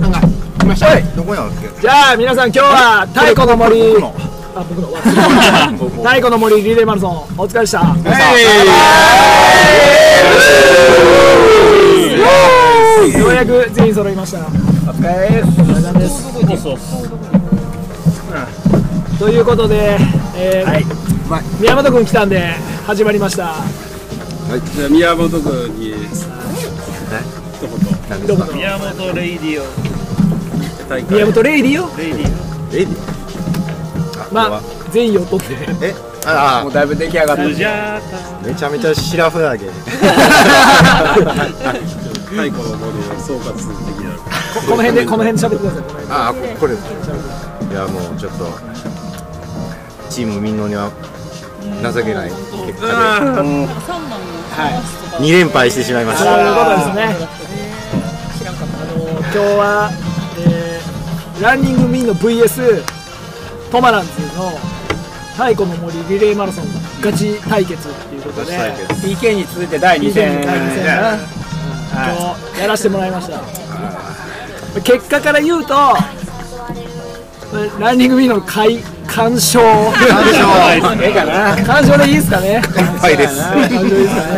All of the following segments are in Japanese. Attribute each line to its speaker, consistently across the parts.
Speaker 1: さんが来ました、
Speaker 2: はいどこやっけ
Speaker 1: じゃあ皆さん今日は太鼓の森
Speaker 2: 僕の
Speaker 1: あ僕の忘れた太鼓の森リレーマラソンお疲れでしたようやく全員揃いましたお疲れ様ですということで、えー宮本君来たんで始まりました
Speaker 3: じゃあ宮本君に
Speaker 1: どうも
Speaker 4: 宮本レイディオ
Speaker 3: 大会
Speaker 1: 宮本レイディよ
Speaker 4: レイ
Speaker 2: レ
Speaker 4: ディ
Speaker 2: ディ
Speaker 1: まあ全員を取って
Speaker 2: えあ
Speaker 5: もうだいぶ出来上がった
Speaker 4: オスジャータ
Speaker 2: あめちゃめちゃシラフだ け
Speaker 3: 太鼓の森の総括的な
Speaker 1: ここの辺でこの辺で喋ってくださいこの辺
Speaker 2: ああこれいやもうちょっとチームみんなには情けない結果で
Speaker 6: 三男の話とか、
Speaker 2: 2連敗してしまいまし
Speaker 1: そう
Speaker 2: た
Speaker 1: いうことですね
Speaker 6: 知らんかっ
Speaker 1: あの今日は、えーランニングミンの VS トマランズの太鼓の森リレーマラソンガチ対決っていうことで
Speaker 5: PK に続いて第2
Speaker 1: 2
Speaker 5: 戦
Speaker 1: 戦第2戦な、今日やらせてもらいました結果から言うとランニングミンの快完 勝
Speaker 5: ええかな
Speaker 1: 完勝でいいですかね
Speaker 2: 乾杯です
Speaker 1: 完勝でいいですかね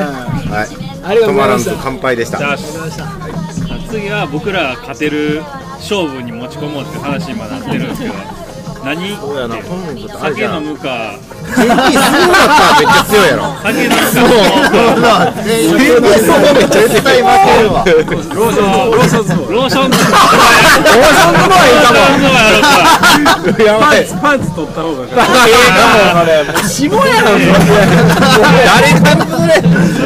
Speaker 2: はい
Speaker 1: ありが
Speaker 2: 止
Speaker 1: とうござ
Speaker 2: まら
Speaker 1: いま
Speaker 2: ん
Speaker 1: し
Speaker 2: と
Speaker 1: た
Speaker 2: 乾杯でした
Speaker 4: じゃあ次は僕ら勝てる勝負に持ち込もうって話に今なってるんですけど何
Speaker 2: そうやな本人ちょっとあれ
Speaker 4: 酒
Speaker 2: じゃ
Speaker 4: 飲
Speaker 2: ん
Speaker 4: むか
Speaker 2: 全員すごかったらめっちゃ強いやろ
Speaker 4: 酒飲むか
Speaker 2: 全員そうめっちゃ絶対負けるわ
Speaker 3: ローションローションズボン
Speaker 4: ローションとか
Speaker 2: 大さんの方
Speaker 4: ローショ
Speaker 2: が
Speaker 4: ンとかや
Speaker 2: いい
Speaker 4: ろうか
Speaker 2: かもやばい
Speaker 3: パンツ取った方が
Speaker 2: ええかも誰が
Speaker 4: そ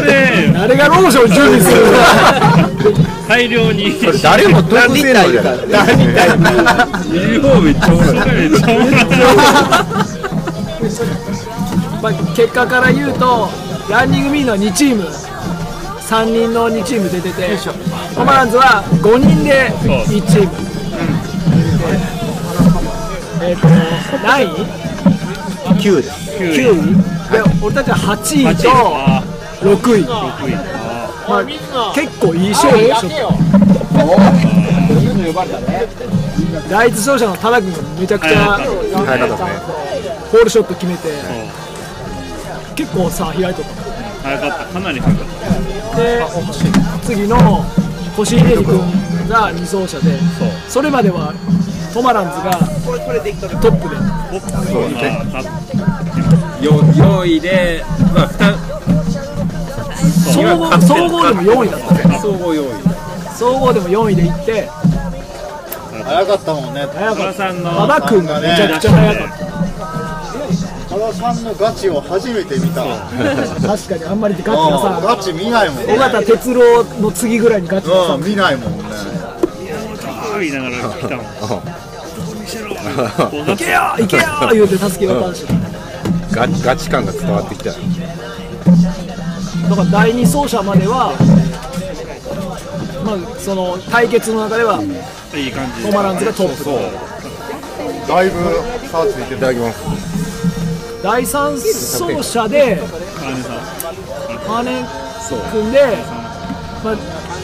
Speaker 4: れ
Speaker 1: 誰がローション準備するの
Speaker 4: 大量に
Speaker 2: 誰も得せんのじゃない何たい
Speaker 3: ユニフォームめっちゃおもろい
Speaker 4: めっちゃおもろい
Speaker 1: まあ、結果から言うとランニングミーの2チーム3人の2チーム出ててコマランズは5人で1チーム、えっ、と何位
Speaker 2: 9です
Speaker 1: 9位で俺たちは8位
Speaker 4: 8
Speaker 1: と
Speaker 4: あ
Speaker 1: 6位、
Speaker 4: あ得意あ
Speaker 1: まあ、結構いい勝負でしょ第一走者の多田君がめちゃくちゃ
Speaker 4: はい
Speaker 2: 早かったですね
Speaker 1: ホールショット決めて結構さ開いとった
Speaker 4: あ早かったかなり早かっ
Speaker 1: で次の星出君が2走者でそれまではトマランズがトップで
Speaker 4: たおそうね
Speaker 3: 4位でまあ2
Speaker 1: 総合総合でも4位だった
Speaker 3: つ総合4位
Speaker 1: 総合でも4位で行って
Speaker 7: 早かったもんね
Speaker 1: 早か
Speaker 4: 原
Speaker 1: った
Speaker 4: さんの
Speaker 1: 馬場君がめちゃくちゃ早かっ
Speaker 7: 原さんのガチを初めて見た
Speaker 1: た確かにあんまりガチが
Speaker 7: うん
Speaker 1: さ
Speaker 7: ガチ見ないもん
Speaker 1: 尾
Speaker 7: ね
Speaker 1: 形哲郎の次ぐらいにガチが
Speaker 7: う
Speaker 1: さ
Speaker 7: ん見ないもんね
Speaker 4: 言いながら来たもん。
Speaker 1: 「行けよ行けよ!」言うて助けようとしたし
Speaker 2: ガチガチ感が伝わってきた
Speaker 1: だから第2走者まではまあその対決の中ではい
Speaker 4: い感じ。
Speaker 1: トマランズがトップで
Speaker 7: だいぶ差ついて
Speaker 2: い
Speaker 7: る
Speaker 2: ただきます
Speaker 1: 第3走者でマネ君で、まあ、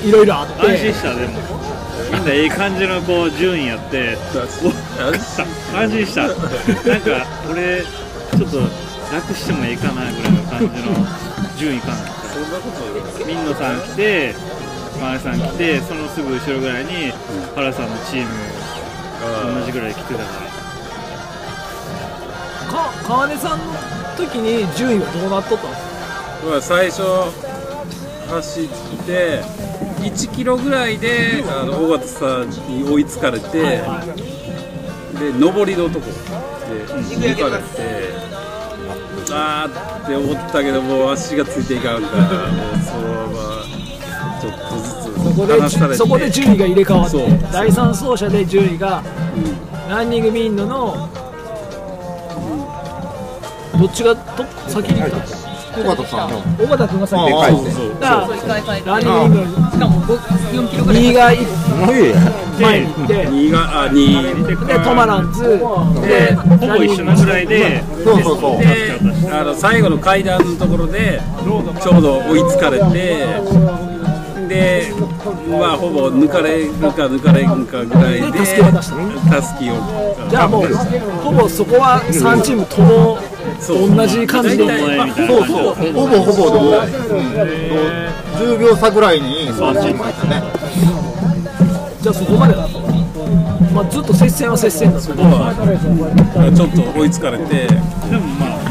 Speaker 1: いろいろあっ
Speaker 4: 安心
Speaker 1: て
Speaker 4: したでも。みんなええ感じのこう順位やって、お勝った安心した。なんか俺ちょっと楽してもええかなぐらいの感じの順位かな。そんなことミンノさん来て、マネさん来て、そのすぐ後ろぐらいに原さんのチーム同じぐらい来てたから。
Speaker 1: か川根さんの時に順位はどうなっとったの
Speaker 3: まあ最初走って1キロぐらいであの尾形さんに追いつかれて、で上りのとこで抜かれて。あーって思ったけどもう足がついていかんからもうそのままちょっとずつ
Speaker 1: そこ
Speaker 3: 離され
Speaker 1: で
Speaker 3: て
Speaker 1: そこで順位が入れ替わっ
Speaker 3: そう
Speaker 1: て第3走者で順位がランニングミンドのどっちがトップ先に来た
Speaker 2: 尾形さんの
Speaker 1: 尾形君が先に
Speaker 2: で
Speaker 1: 来
Speaker 2: かいで
Speaker 3: そう
Speaker 1: ただ
Speaker 6: た。買い替えて
Speaker 1: ランニングミン
Speaker 6: しかも五四キ
Speaker 1: ド
Speaker 6: ロぐらい。
Speaker 1: 2位がい前
Speaker 4: で
Speaker 1: に行って
Speaker 3: 2があ2
Speaker 4: で
Speaker 1: でトマランズ
Speaker 4: で
Speaker 1: で
Speaker 4: ほぼ一緒なぐらいで
Speaker 2: そうそうそう
Speaker 3: であの最後の階段のところでちょうど追いつかれてで、まはほぼ抜かれるか抜かれるかぐらいで
Speaker 1: で助けを出した
Speaker 3: たすきを
Speaker 1: じゃあもうほぼそこは3チームとも
Speaker 3: そう
Speaker 1: 同じ感じで
Speaker 3: 大体
Speaker 4: 前みたいな
Speaker 2: そうそうほぼほぼ同じ10秒差ぐらいに3チーム入ったね
Speaker 1: じゃあそこまでだったまあずっと接戦は接戦だった
Speaker 3: ここはちょっと追いつかれて
Speaker 4: でもまあ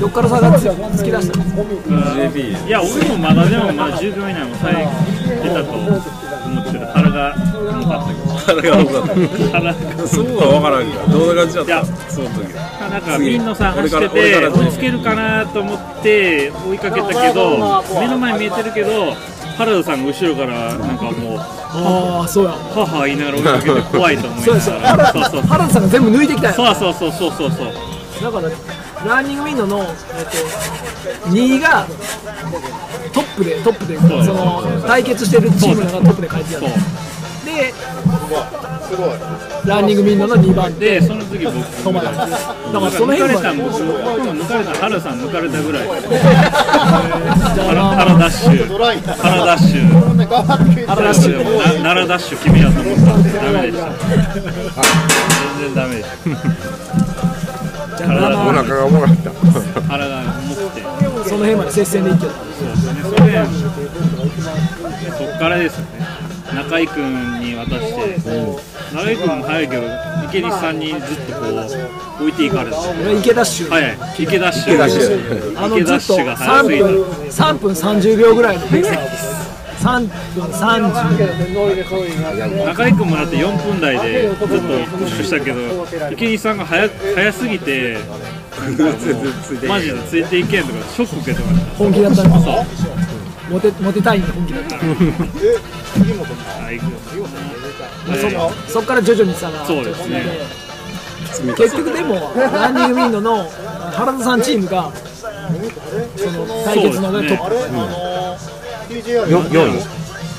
Speaker 1: どっから差がつ突き出したの
Speaker 3: JB
Speaker 4: いや俺もまだでもまだ10秒以内も抑えてたと思ってた腹が重かったけど
Speaker 3: あれが多かっ
Speaker 4: 腹
Speaker 3: たそこは分からんけどどんな感じだっ
Speaker 4: いや
Speaker 3: たその時
Speaker 4: がなんかみんなさ走って
Speaker 3: 俺か
Speaker 4: て
Speaker 3: ら俺から
Speaker 4: 追いつけるかなと思って追いかけたけど目の前見えてるけど原田さんが後ろからなんかもう
Speaker 1: ああそうや
Speaker 4: 母言いながら追いかけて怖いと思いな
Speaker 1: そうですよ
Speaker 4: が
Speaker 1: 原
Speaker 4: ら
Speaker 1: 田
Speaker 4: そうそう
Speaker 1: 原田さんが全部抜いてきたんや
Speaker 4: そうそうそうそうそうそう
Speaker 1: だから、ランニングウィンドウの、えっと、2位がトップで、トップで、そ
Speaker 4: そう
Speaker 1: の対決してるチームがトップで帰ってたの
Speaker 4: そう
Speaker 1: で、ランニングウィンドウの2番で、
Speaker 4: で、その次僕、
Speaker 1: 止まらだからその
Speaker 4: 抜
Speaker 1: 辺
Speaker 4: かれ
Speaker 1: は
Speaker 4: た、ん僕、僕も抜かれた、原さん抜かれたぐらい。原
Speaker 1: あ
Speaker 4: 原ダッシュ、
Speaker 7: ドライな
Speaker 4: 原ダッシュ、
Speaker 7: こんな頑張ってくれて
Speaker 1: ダッシュ
Speaker 4: でもな奈良ダッシュ君やと思ったんで、ダメでした。全然ダメでした。
Speaker 1: じゃあ
Speaker 2: お腹が重かった
Speaker 4: 腹が重くて、そ
Speaker 1: その辺まで接戦でいってる。
Speaker 4: うですね、それで、そっからですよね。中井君に渡して、中井君も早いけど、池西さんにずっとこう、置いていかれて、
Speaker 1: 池ダッシュ、
Speaker 4: はい、池ダッシュ、池
Speaker 2: ダッシュ
Speaker 1: あのずっ
Speaker 4: ダ
Speaker 1: と
Speaker 4: ッシュ
Speaker 1: 3
Speaker 4: が早すぎた。
Speaker 1: 分3分30秒ぐらいのペースだった3分30
Speaker 4: 中井君もだって4分台でずっとプッシュしたけど池西さんが早早すぎてマジでついていけんとかショック受けてまし
Speaker 1: 本気だったんですモテモテたいんで本気だった
Speaker 4: たはい
Speaker 1: そこから徐々に差が
Speaker 4: そうですね
Speaker 1: 結局でもランニングウィンドの原田さんチームがその対決の
Speaker 4: そう
Speaker 1: 上
Speaker 4: で
Speaker 1: トッ
Speaker 4: すね
Speaker 7: あ
Speaker 1: プ
Speaker 7: れあの TJR
Speaker 2: よ4位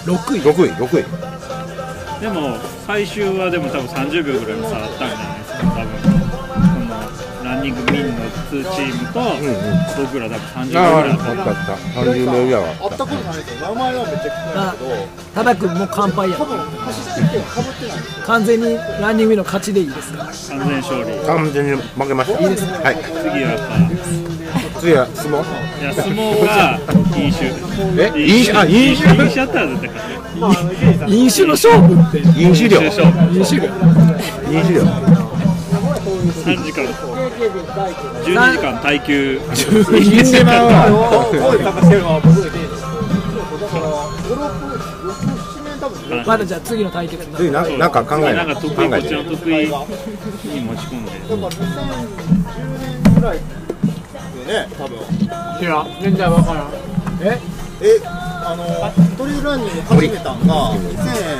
Speaker 1: 6位
Speaker 2: 6位6位
Speaker 4: でも最終はでも多分30秒ぐらいの差あったんじゃないですか多分そのランニングミンの2チームと
Speaker 2: うんうん
Speaker 4: 僕ら多分30秒ぐ
Speaker 2: ああ
Speaker 4: らい
Speaker 2: あったあった30秒ぐらいは
Speaker 7: あったことないですよ名前はめっちゃ聞くんです
Speaker 1: ただくんも乾杯や
Speaker 7: けど多分走ってるけどかぶってないんですよ
Speaker 1: 完全にランニングウィンドの勝ちでいいですか
Speaker 4: 完全勝利
Speaker 2: 完全に負けましたはい
Speaker 4: 次はやっぱ
Speaker 2: 次は相撲
Speaker 4: いや相撲が飲酒
Speaker 2: え飲酒あ飲酒
Speaker 4: 飲酒やったら絶対勝てる
Speaker 1: 飲酒の勝負って
Speaker 2: 飲酒量
Speaker 4: 飲酒勝負
Speaker 1: 飲酒が
Speaker 2: 飲酒量
Speaker 4: 3時間12時間耐久
Speaker 2: 飲酒量
Speaker 7: グロープ67年多分
Speaker 1: まだじゃあ次の対決
Speaker 2: 次ななんか考え
Speaker 4: なん
Speaker 2: ない考
Speaker 4: か得意こ
Speaker 2: え
Speaker 4: っち
Speaker 2: て
Speaker 4: の得意に持ち込んで
Speaker 7: だから2010年ぐらいよね多分
Speaker 1: いや全然わからん
Speaker 7: えあのトリルランニング始めたんが2000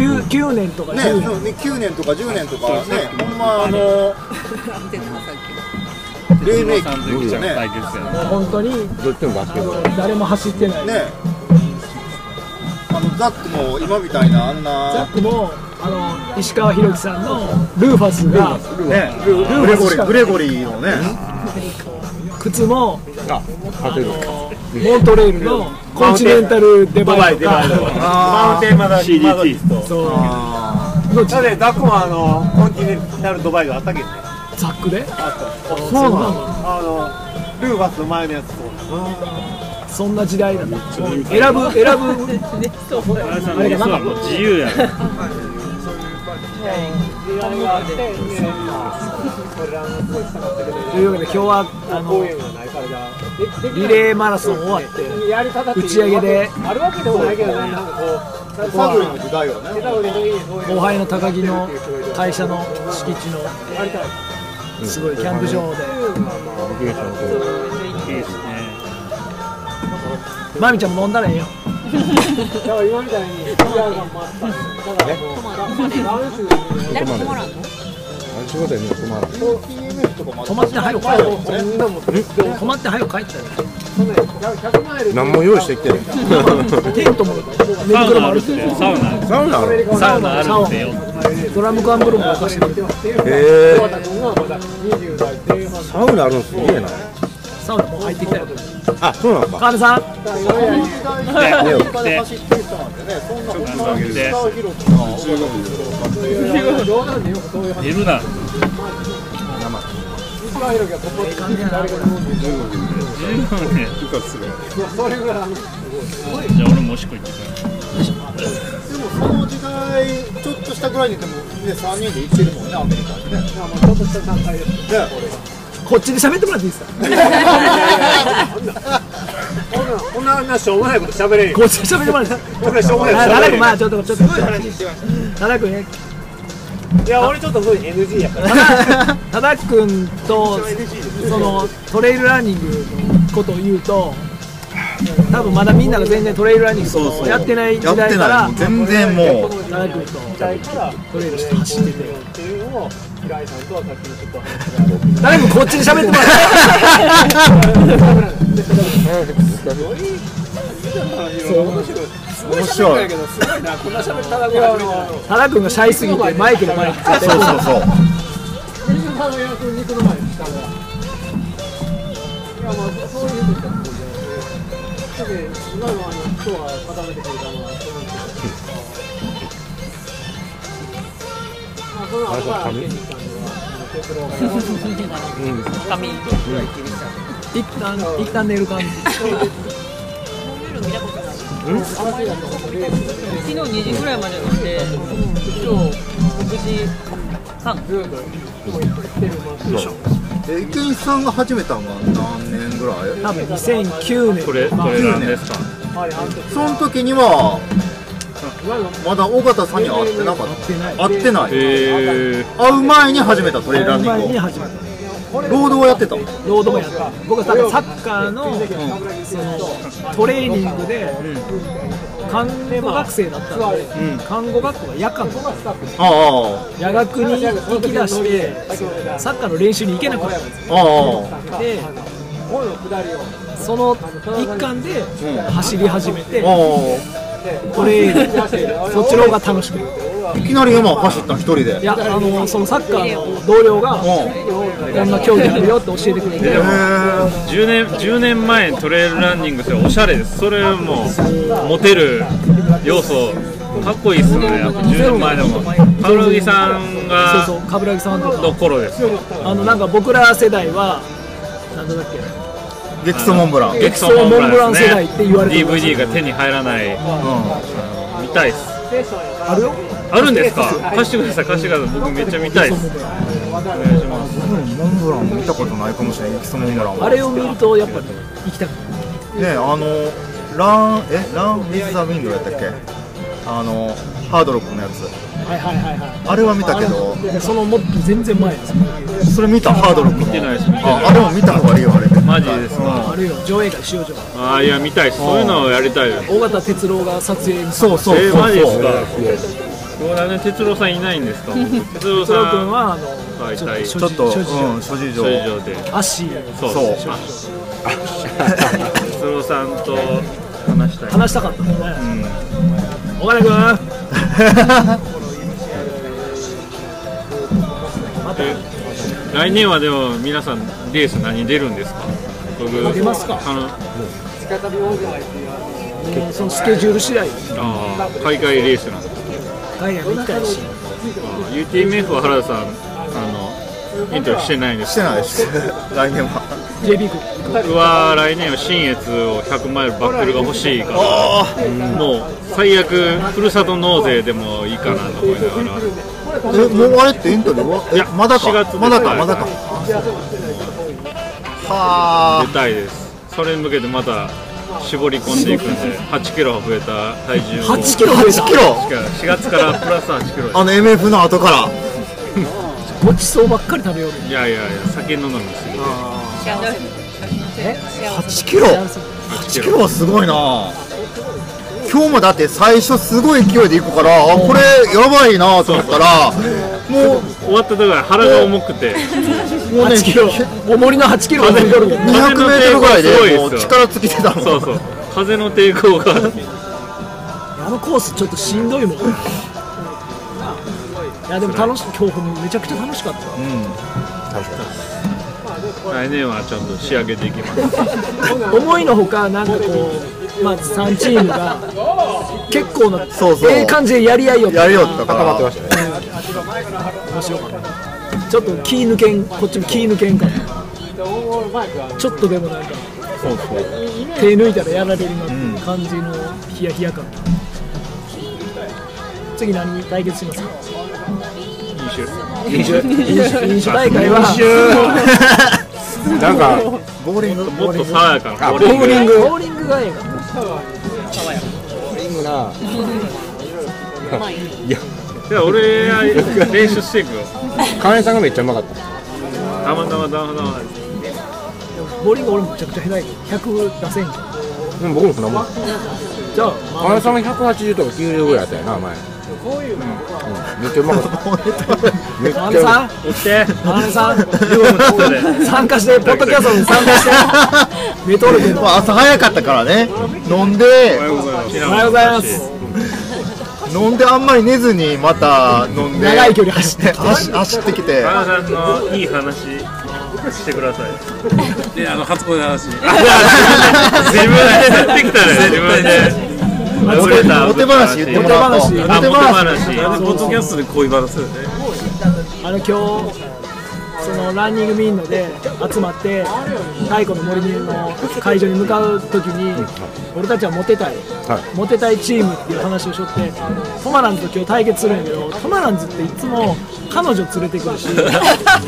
Speaker 1: 9, 9年とか
Speaker 7: ね
Speaker 1: 10年
Speaker 7: そうね9年とか10年とかねほんまあの
Speaker 6: 見てたさっき
Speaker 7: 黎明期
Speaker 4: 三千ちゃん対決や
Speaker 1: もう本当に
Speaker 2: どっちもバスケ部
Speaker 1: 誰も走ってない、
Speaker 7: ねあのザックも今みたいなあん
Speaker 1: ザ
Speaker 7: な
Speaker 1: ックもあの石川博樹さんのルーファスが
Speaker 7: ね
Speaker 1: ルーファスしか
Speaker 7: レゴリーのね
Speaker 1: 靴も
Speaker 2: あ勝てる
Speaker 1: モントレールのコンチネンタルデバイとか
Speaker 7: あ
Speaker 8: マウンテンマダ
Speaker 4: CDT
Speaker 1: そう
Speaker 8: なのでダックもあのコンティネンタルドバイがあったけどね
Speaker 1: ザックでそう
Speaker 8: なの
Speaker 1: なの
Speaker 8: あのルーバスの前のやつと
Speaker 1: そんな時代だな選ぶ選ぶ
Speaker 4: あれさんのミスはもう自由やね
Speaker 1: というわけで今日はあのリレーマラソン終わって打ち上げで
Speaker 7: サグリの時代よね
Speaker 1: 後輩の高木の会社の敷地のすごいキャンプ場で
Speaker 4: いいですね
Speaker 1: まみちゃんも飲んだらええよ
Speaker 6: 誰も止まらんの
Speaker 2: あ仕事にも困らん
Speaker 7: TMF とかもあ
Speaker 1: 泊まって早く帰ろう泊まって早く帰ったよ
Speaker 2: 何も用意してきて ない
Speaker 1: テントも寝
Speaker 4: サウ
Speaker 1: 袋
Speaker 4: ナ
Speaker 1: も
Speaker 4: あ
Speaker 1: ある
Speaker 4: るってサウナある
Speaker 2: サウナある
Speaker 4: サウナあるってよ
Speaker 1: ドラム缶風呂も渡してくれる
Speaker 2: へえサウナあるのすげえな
Speaker 1: サウナもう入ってきたよ
Speaker 2: あそうなんだ
Speaker 1: 神田さん
Speaker 7: アメリカで走ってる人なんでね、そんな本当に
Speaker 4: で
Speaker 7: 使う広くが
Speaker 4: 寝るな十分ね
Speaker 3: 復活する
Speaker 4: じゃあ俺もおしっこ行ってくる
Speaker 7: でもその時代ちょっとしたぐらいにでもね3人で行ってるもんねアメリカにね
Speaker 1: こっちで喋ってもらっていいですか
Speaker 8: こんななしょうもないこと喋れんよ
Speaker 1: こっちで喋ってもらっていいですか
Speaker 8: こんなしょうもないこと喋
Speaker 1: 奈
Speaker 8: れん
Speaker 1: 良く
Speaker 8: よ
Speaker 1: まあちょっとちょっと奈良くね
Speaker 8: いや俺ちょっとそういう NG やから
Speaker 1: ただくんとそのトレイルランニングのことを言うと多分まだみんなが全然トレイルランニングとかやってない時
Speaker 2: やっ
Speaker 1: 代
Speaker 2: て
Speaker 1: か
Speaker 2: ない
Speaker 1: ら
Speaker 2: もう全然もう
Speaker 1: ただくんとトレイルして走って
Speaker 8: っ
Speaker 1: て
Speaker 8: ていうのを平井さんとはさっきのちょっと話
Speaker 1: 誰もこっちで喋ってもら
Speaker 2: 面白い
Speaker 1: ってただくんがシャイすぎてマイクの前に
Speaker 2: そうそうそう
Speaker 1: 一旦一旦寝る感じ
Speaker 9: 昨日2時ぐらいまで飲んで、今日6時半。
Speaker 2: え池西さんが始めたのが何年ぐらい
Speaker 1: 多分2009年
Speaker 4: これこれなんですか
Speaker 2: その時にはまだ尾形さんには会ってなかった会ってない
Speaker 4: へえ
Speaker 2: 会う前に始めたトレーラー
Speaker 1: 前
Speaker 2: ニン
Speaker 1: に
Speaker 2: グを
Speaker 1: 始まった
Speaker 2: ロードをやってた
Speaker 1: ロードもやった僕は多分サッカーの,、そのトレーニングで、看護学生だったので、看護学校が夜間だった
Speaker 2: ああ
Speaker 1: 夜学に行き出してサッカーの練習に行けなくなったんです
Speaker 2: ああ
Speaker 1: でその一環で走り始めて、
Speaker 2: ああ
Speaker 1: トレーニングそっちの方が楽しくて
Speaker 2: いきなり山を走った一人で
Speaker 1: いやあのそのサッカーの同僚がこんな競技あるよって教えてくれて
Speaker 4: でも
Speaker 2: え
Speaker 4: 10年 ,10 年前にトレイルランニングっておしゃれですそれはもうモテる要素かっこいいっすねやっぱ10年前でもルギさんが
Speaker 1: そうそう冠城さんとか
Speaker 4: の頃ですよ
Speaker 1: あのなんか僕ら世代はなんだっけ
Speaker 2: 激走モンブラン
Speaker 4: エクソモンブランです
Speaker 1: エクソモンブラン世代って言われてます
Speaker 4: DVD が手に入らない、見たいっす
Speaker 1: あるよ
Speaker 4: あるんですか貸してください貸してください僕めっちゃ見たいっす
Speaker 2: モンブラン見たことないかもしれない激走モンブランは
Speaker 1: あれを見るとやっぱり行きたくなる
Speaker 2: ねあのランえランウィズザウィンドウやったっけあのハードロックのやつ
Speaker 1: はいはいはいは
Speaker 2: あれは見たけど
Speaker 1: いでそのもっと全然前です
Speaker 2: それ見たハードロックの見
Speaker 4: てないし見てない
Speaker 2: ああれも見た方がいいよあれ
Speaker 4: マジですか
Speaker 1: あるよ上映会しようじゃん
Speaker 4: ああいや見たいっすそういうのをやりたいよ
Speaker 1: 尾形哲郎が撮影に
Speaker 2: そうそう
Speaker 4: えー
Speaker 2: そ
Speaker 4: マ
Speaker 2: う
Speaker 4: ジです
Speaker 2: そう
Speaker 4: かそうだね哲郎さんいないんですか哲郎
Speaker 1: 哲
Speaker 4: さ
Speaker 1: 郎君
Speaker 4: ん
Speaker 1: はあ
Speaker 4: は
Speaker 1: の
Speaker 4: い
Speaker 1: ちょっ
Speaker 2: ちょっ
Speaker 1: と諸
Speaker 4: ち
Speaker 1: 事
Speaker 2: と、
Speaker 1: 諸事情
Speaker 2: うん、諸事情
Speaker 4: そういう状態
Speaker 1: アッシー
Speaker 4: そう
Speaker 2: そう
Speaker 4: あ哲郎さんと話したい
Speaker 1: 話したかったもんね岡田君また
Speaker 4: 来年はでも皆さんレース何出るんですか僕
Speaker 1: 出ますか
Speaker 4: あの
Speaker 1: もうそのスケジュール次第
Speaker 4: あー海外レースなんです
Speaker 1: 概念見たいし
Speaker 4: UTMF は原田さんあのエントリーしてないんです
Speaker 2: してないです 来年は
Speaker 1: JB 君
Speaker 4: 僕は来年は信越を100マイルバックルが欲しいから
Speaker 2: あ
Speaker 4: もう最悪ふるさと納税でもいいかなと思いなが
Speaker 2: あ
Speaker 4: ら
Speaker 2: えもうあれってエントリーはい
Speaker 4: や
Speaker 2: えまだか
Speaker 4: 4月です
Speaker 2: まだかまだかはあ
Speaker 4: 出たいですそれに向けてまた絞り込んでいくんで8キロ増えた体重を
Speaker 1: 8キロ増えた
Speaker 2: 1キロ
Speaker 4: 4月からプラス8キロ
Speaker 2: あの MF の後から
Speaker 1: ごちそうばっかり食べようね
Speaker 4: いやいやいや酒飲みすぎて
Speaker 6: 幸せ
Speaker 2: 8キロ8
Speaker 4: 8
Speaker 2: キロはすごいな今日もだって最初すごい勢いで行くからあこれやばいなと思ったらもう
Speaker 4: 終わったところは腹が重くて
Speaker 2: もうね
Speaker 1: 8キロ重りの8キロを飛んどるもん
Speaker 2: 200メートルぐらいでもう
Speaker 4: すごいですよ
Speaker 2: 力尽きてたもん
Speaker 4: そうそう風の抵抗が
Speaker 1: あのコースちょっとしんどいもん。いやでも楽しい今日めちゃくちゃ楽しかった。
Speaker 2: うん確か
Speaker 4: 来年はちゃんと仕上げていきます。
Speaker 1: 思いのほかなんかこうまず3チームが結構な
Speaker 2: そうそう
Speaker 1: ええ感じでやり合いよ
Speaker 2: やるよって固まってましたたね
Speaker 1: 面白かったちょっと気抜けんこっちも気抜けんからちょっとでもなんか
Speaker 2: そうそう
Speaker 1: 手抜いたらやられるなっていう感じのヒヤヒヤ感、次何対決しますか飲酒飲酒飲酒大会は
Speaker 2: なんかボーリング
Speaker 4: もっと爽やかな
Speaker 2: あボ
Speaker 4: ボーリング
Speaker 2: ーリング
Speaker 1: ボーリングがええか
Speaker 2: ボーリングな
Speaker 4: じゃあ俺が練習していくよ。
Speaker 2: 金井さんがめっちゃうまかった
Speaker 4: たまたまたまたま。
Speaker 1: ボーリング俺めちゃくちゃ下手やけど100出せんじゃん
Speaker 2: でも僕もそんなもん
Speaker 1: じゃあ
Speaker 2: 金井さんが180とか90ぐらいあったよな前うんめっちゃうまか っためっちゃ
Speaker 1: 真
Speaker 2: うま
Speaker 1: 野さ
Speaker 2: かっ
Speaker 1: ん
Speaker 4: 押して。
Speaker 1: 真野さん
Speaker 4: そうね
Speaker 1: 参加してポッドキャストに参加してメトロで
Speaker 10: まあ朝早かったからね飲んで
Speaker 4: おはようございます。
Speaker 1: おはようございます
Speaker 10: 飲んであんまり寝ずにまた飲んで
Speaker 1: 長い距離走って
Speaker 10: 走走ってきて
Speaker 4: 花さんのいい話してください。
Speaker 3: であの初恋の話
Speaker 4: 自分でやってきたね。自分で。
Speaker 10: モテモテ話言ってもらおう
Speaker 1: モテ
Speaker 4: あ、モテ
Speaker 3: あ
Speaker 4: 話。
Speaker 3: のポッドキャストで恋話するね
Speaker 1: あの今日そのランニングミンドで集まって太古の森の会場に向かう時に俺たちはモテたい、
Speaker 2: は
Speaker 1: モテたいチームっていう話をしとってトマランズと今日対決するんやけどトマランズっていつも彼女連れてくるし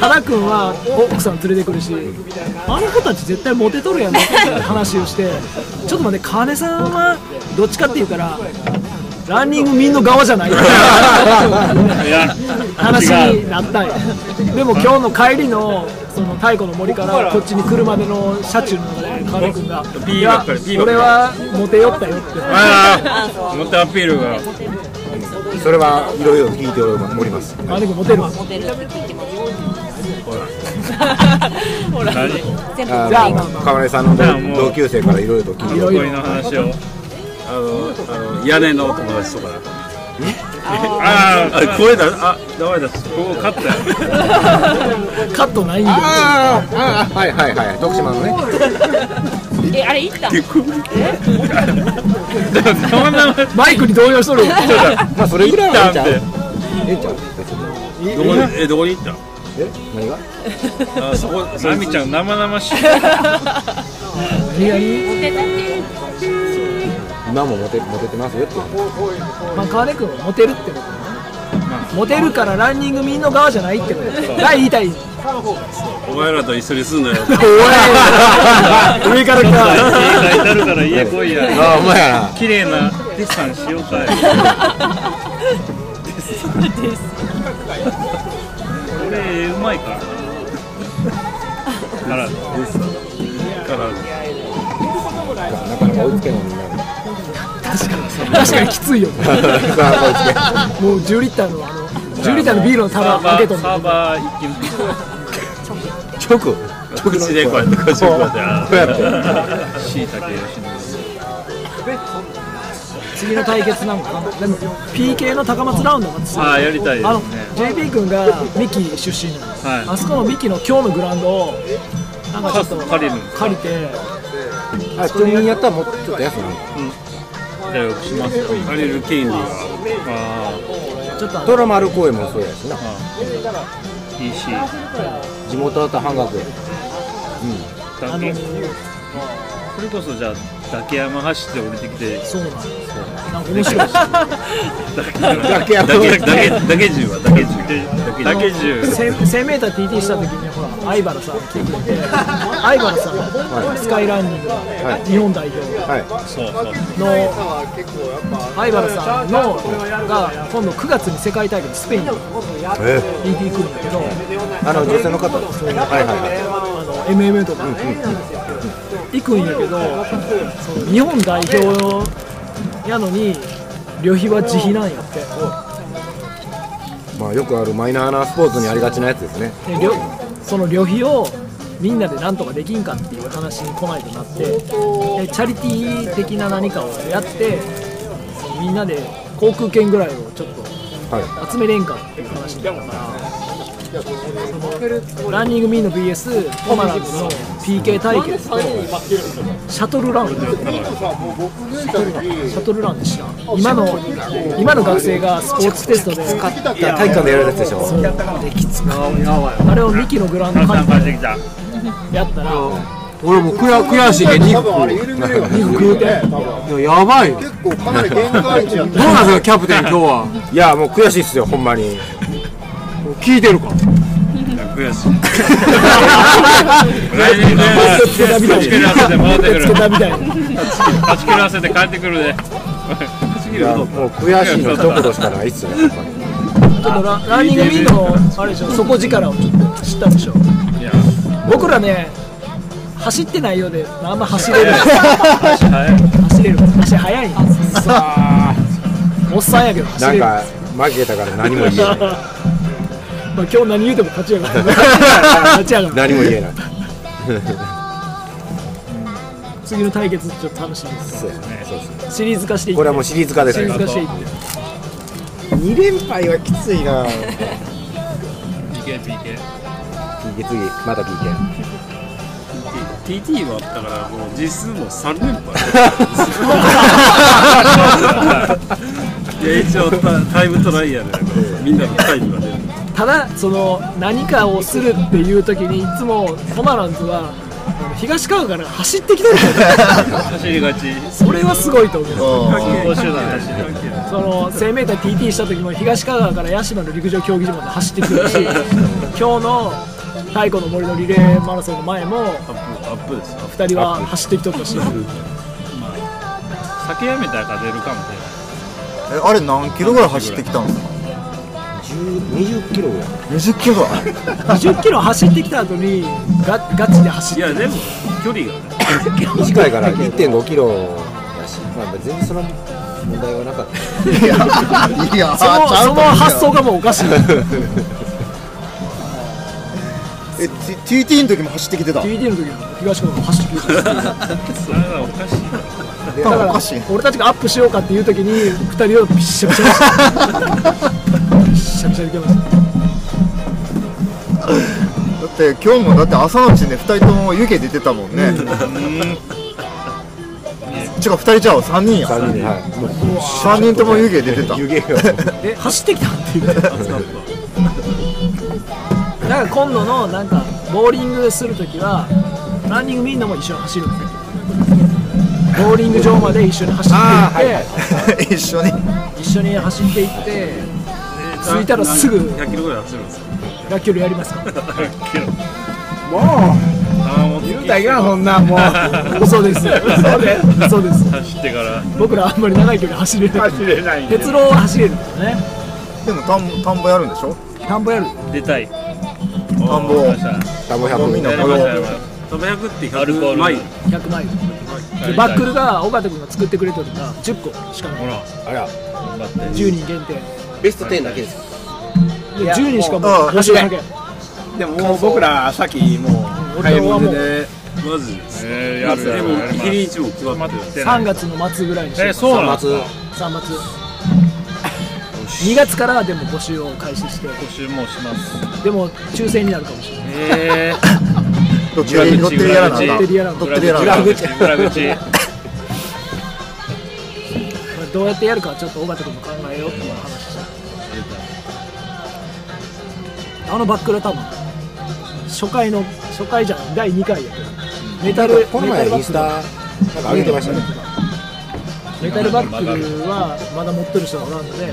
Speaker 1: 原君は奥さん連れてくるしあの子たち絶対モテとるやんって話をしてちょっと待って金さんはどっちかっていうからランニングミンド側じゃない
Speaker 4: いや、
Speaker 1: 話
Speaker 4: 違う。
Speaker 1: になったんやでも今日の帰りのその太古の森からこっちに来るまでの車中の中で河合君が「
Speaker 3: ピ
Speaker 1: い
Speaker 3: ーば
Speaker 1: や
Speaker 3: っかりピーばっか
Speaker 1: 俺
Speaker 3: り
Speaker 1: はモテ酔ったよ」って
Speaker 4: ああ、モテアピールが。
Speaker 2: たそれはいろいろ聞いております
Speaker 1: 「あれ君モテるわ」
Speaker 6: モデルって聞いてます。
Speaker 4: ほら。
Speaker 6: 全部
Speaker 2: あ
Speaker 1: じゃあ
Speaker 2: の金井さんの同級生からいろいろと聞いて
Speaker 4: 恋の話を。
Speaker 3: あのあの屋根のお友達とか
Speaker 4: ああ、
Speaker 3: あ声だあ名前出し
Speaker 4: ここ勝ったよ。
Speaker 1: カットないんだ
Speaker 2: あーあーはいはいはい徳島のね
Speaker 6: え、あれ行ったん
Speaker 4: たまたま。
Speaker 1: マイクに動揺しとるよ
Speaker 2: まあそれぐらいはええんちゃうええんちゃ
Speaker 4: 行っ
Speaker 2: う別に
Speaker 3: どこにえどこに行っ
Speaker 2: え何が
Speaker 3: たあそこそ
Speaker 4: ナミちゃん生々しい。
Speaker 1: いやいい
Speaker 6: モテたっていう。
Speaker 2: 今もモテモテてますよ っていう
Speaker 1: まあ、川根君はモテるってことね、モテるからランニングミンの側じゃないってこと第2対
Speaker 3: お前らと一緒にすんなよ
Speaker 1: おい上から来 た
Speaker 4: 家帰るから家来いや。
Speaker 2: ああお前 や
Speaker 4: 綺麗なデッサンしようかい。俺うまいからな。あ
Speaker 2: な
Speaker 4: ら、
Speaker 2: なかなか追いつけないんだな
Speaker 1: 確かにきついよ ね
Speaker 2: なかなか追いつけない
Speaker 1: もう10リッターのあの10リッターのビールの
Speaker 4: サ
Speaker 1: 束
Speaker 4: ーバ
Speaker 1: 開けと
Speaker 4: ー、
Speaker 1: ん
Speaker 4: サ
Speaker 1: だ
Speaker 4: ーバー行き
Speaker 2: 直直
Speaker 3: 口でこうやってこうやってこうやってあ
Speaker 2: こうやって
Speaker 4: しいたけよしの。
Speaker 1: 次の対決なんかなでも PK の高松ラウンドが続く
Speaker 4: ああ、やりたいで
Speaker 1: あの
Speaker 4: すね。
Speaker 1: JP 君がミキ出身なの、
Speaker 4: はい
Speaker 1: あそこのミキの今日のグラウンドをなんかちょっと
Speaker 4: 借りる
Speaker 1: 借りて
Speaker 2: あ人にやったらもうちょっと安いの
Speaker 4: じゃあよくしますよ。
Speaker 3: られる権利は
Speaker 4: あ
Speaker 1: ちょっとあの
Speaker 2: トラマル公園もそうやしな
Speaker 4: あ、いいし。
Speaker 2: 地元だったら半額や
Speaker 4: だけそれこそじゃあ岳山走って降りてきて
Speaker 1: そうなんなんか面白い
Speaker 2: 岳山
Speaker 4: だけだけだけ銃はだけ銃だけ銃
Speaker 1: せ 1000m TT した時にほら相原さん来てく れて相原さん、スカイランニングの
Speaker 2: い
Speaker 1: 日本代表の
Speaker 2: はい
Speaker 4: そうそう
Speaker 1: 相原さんのが今度9月に世界大会でスペインに TT
Speaker 2: え
Speaker 1: 来るんだけど
Speaker 2: あの女性の方はいはいは
Speaker 1: MMA とかね行くんやけどその日本代表やのに旅費は自費なんやって
Speaker 2: いまあよくあるマイナーなスポーツにありがちなやつですね
Speaker 1: で旅その旅費をみんなでなんとかできんかっていう話に来ないとなってでチャリティー的な何かをやってそのみんなで航空券ぐらいをちょっと
Speaker 2: は
Speaker 1: 集めれんかっていう話になったからランニングミーの VS ポマランズの PK 対決とシャトルランシャトルランでした今の今の学生がスポーツテストで使った
Speaker 2: 体育館でやるやつでしょ
Speaker 1: あれをミキのグラウンドにやったら
Speaker 8: 俺もくや悔しいね肉
Speaker 7: 多分あれ緩めるよね
Speaker 1: 肉食う
Speaker 8: い
Speaker 1: て
Speaker 8: ややばいよ
Speaker 7: 結構かなり限界値やった
Speaker 8: どうなんですかキャプテン今日はい
Speaker 2: やもう悔しいっすよほんまに
Speaker 8: 聞いてるか
Speaker 3: 悔しい
Speaker 4: 来年で
Speaker 1: つけたみたい
Speaker 4: 8キロ汗で回ってく
Speaker 1: つけたみたいな
Speaker 4: る8キロ汗で帰ってくるで
Speaker 2: いやもう悔しいの一言しかないっすねほんまに
Speaker 1: ちょっとラランニングミーのあれでしょ底力をちょっと知ったんでしょ
Speaker 4: いや
Speaker 1: 僕らね走ってないようであんま走れる
Speaker 4: 足早い
Speaker 1: 走れる足速いんですおっさんやけど走れ
Speaker 2: なんか
Speaker 1: る
Speaker 2: 負けたから何も言えない
Speaker 1: まあ、今日何言うても勝ちやから勝ちやから
Speaker 2: 何も言えない
Speaker 1: 次の対決ちょっと楽しみです
Speaker 2: そうやねそうそう
Speaker 1: シリーズ化していって
Speaker 2: これはもうシリーズ化です
Speaker 1: シリーズ
Speaker 2: ね
Speaker 1: 化していって
Speaker 2: 2連敗はきついな
Speaker 4: PKPK
Speaker 2: 次次また PK
Speaker 3: TT はあったからもう実数も3連 敗いや一応タタイムトライアルだからみんなのタイムが出る
Speaker 1: ただその何かをするっていう時にいつもトマランズはあの東川から走ってきてるからね
Speaker 4: 走りがち
Speaker 1: それはすごいと思う
Speaker 4: 高校集団だし
Speaker 1: その 1000m TT した時も東川から八島の陸上競技場まで走ってくるし今日の太古の森のリレーマラソンの前も
Speaker 3: アップアップですアッ
Speaker 1: 2人は走ってきとったし
Speaker 4: 酒やめたら勝てるかもしれない
Speaker 10: えあれ何キロぐらい走ってきたんですか
Speaker 2: 20キロぐらい
Speaker 10: 20キロ
Speaker 1: 20キロ走ってきた後にガガチで走っ
Speaker 3: プい
Speaker 1: て
Speaker 3: やでも距離がね
Speaker 2: 短いから1.5キロやし、まあ、全然その問題はなかった
Speaker 10: いやいや
Speaker 1: そのその発想がもうおかしい
Speaker 10: え T- TT の時も走ってきてた
Speaker 1: TT の時は東川が走ってきた
Speaker 4: それはおかしいな
Speaker 10: 多分おかしい
Speaker 1: 俺たちがアップしようかっていう時に2人をピッシャピシャにしてピッシャピシャに行けました
Speaker 10: だって今日もだって朝のうちね2人とも湯気出てたもんね違う2人じゃう3人や
Speaker 2: 3人で、はい、もう
Speaker 10: 3人とも湯気出てた
Speaker 2: 湯気が
Speaker 1: え走ってきたって言ってなんか今度のなんかボーリングする時はランニングみんなも一緒に走るんですよボーリング場まで一緒に走っていって、
Speaker 10: 一緒に
Speaker 1: 一緒に走っていって着いたらすぐ
Speaker 3: 100キロぐらい走るんですよ
Speaker 1: ラッキョルやりますか
Speaker 4: もう
Speaker 5: 言うたらいかんそんなんもう
Speaker 1: 嘘です嘘です嘘です
Speaker 4: 走ってから
Speaker 1: 僕らあんまり長い距離走れない
Speaker 5: 走れない
Speaker 1: 鉄路を走れるんですよね
Speaker 10: でも田ん田んぼやるんでしょ
Speaker 1: 田んぼやる
Speaker 4: 出たい
Speaker 10: 田んぼ
Speaker 4: やりました
Speaker 2: 多分
Speaker 10: もうみんな
Speaker 2: 100
Speaker 10: これ
Speaker 4: やりましたやり
Speaker 10: を
Speaker 4: まし
Speaker 3: 食べ100って
Speaker 4: アルコー
Speaker 3: 100
Speaker 4: ル
Speaker 3: マイル
Speaker 1: 100マイルでバックルが尾形君が作ってくれてるのが10個しかない
Speaker 4: ほら
Speaker 2: あら
Speaker 4: 頑張って
Speaker 1: 10人限定
Speaker 2: ベスト10だけです
Speaker 1: で10人しかも
Speaker 10: もう
Speaker 1: う走らなきゃ
Speaker 5: でももう僕らさっきもう買い物で
Speaker 3: マジです
Speaker 4: えー、やるや
Speaker 3: で
Speaker 4: るや
Speaker 3: も
Speaker 4: ります
Speaker 3: 日にちも決まってる
Speaker 1: 3月の末ぐらいにして
Speaker 4: えー、そうなんですか
Speaker 1: 3月2月からでも募集を開始して
Speaker 4: 募集もします
Speaker 1: でも抽選になるかもしれない
Speaker 4: え
Speaker 10: ロッテリロッテリアなん
Speaker 4: 裏
Speaker 10: だ
Speaker 1: 口裏口
Speaker 10: ロッテリアな
Speaker 4: 裏
Speaker 10: んだ
Speaker 4: 口裏口
Speaker 1: まあどうやってやるかはちょっと尾形君も考えようっていう話してあのバックルは多分初回の初回じゃん第2回やけどメタル
Speaker 2: この前インスタなんか上げてましたね
Speaker 1: メタルバックはまだ持ってる人がおらんので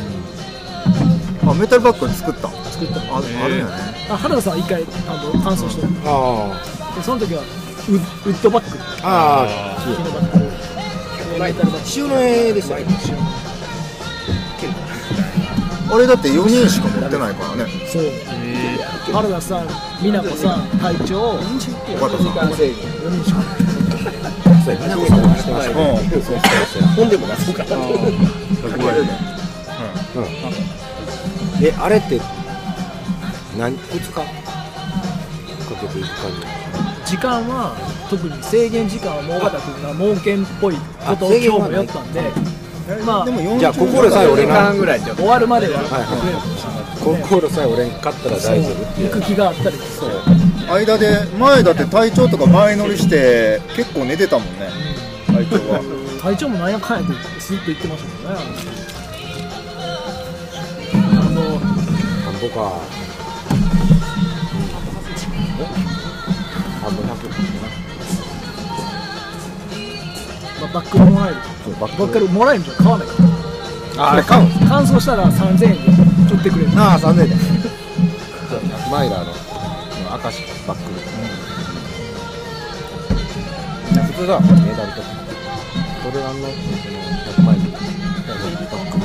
Speaker 10: あメタルバッグ作った
Speaker 1: 作ったの
Speaker 10: ああるんやね
Speaker 1: あ原田さんは一回あの乾燥してる
Speaker 2: あ
Speaker 1: でその時はウッウッドバッグ
Speaker 2: あああ
Speaker 1: 木のバッグでメタルバッ
Speaker 2: 塩の絵でしたね
Speaker 10: あれだって4人しか持ってないからね
Speaker 1: グそう原田さん美奈子さん隊長
Speaker 10: 尾形さん
Speaker 1: 4人しか
Speaker 2: そうやみんなも参加してましたね
Speaker 10: 100万円
Speaker 2: えあれって何2日かけていく感じ
Speaker 1: 時間は特に制限時間はもう尾形君が猛犬っぽいことを
Speaker 2: あ制限
Speaker 1: 今
Speaker 2: は
Speaker 1: 日もやったんでまあ
Speaker 2: じゃあ心さえ俺
Speaker 5: 時
Speaker 2: が
Speaker 5: 間ぐらいちょっと
Speaker 1: 終わるまでは
Speaker 2: はいはい
Speaker 1: 隠れるかもしれない
Speaker 2: コンコールさえ俺に勝ったら大丈夫っていう
Speaker 1: 行く気があったり
Speaker 2: そう
Speaker 10: 間で前だって体調とか前乗りして結構寝てたもんね体調 は
Speaker 1: 体調もなんやかんやってスッと言ってましたもんね
Speaker 2: 田んぼか田んぼ田んぼ
Speaker 1: まあバックルもらえるバックルもらえるんじゃ買わないから
Speaker 2: ああれ買うん
Speaker 1: 乾燥したら3000円で取ってくれる
Speaker 2: ああ3000円でマイラーのこの明石バックルいや普通だメダルとかこれあの100マイルバックルバックルってかっこ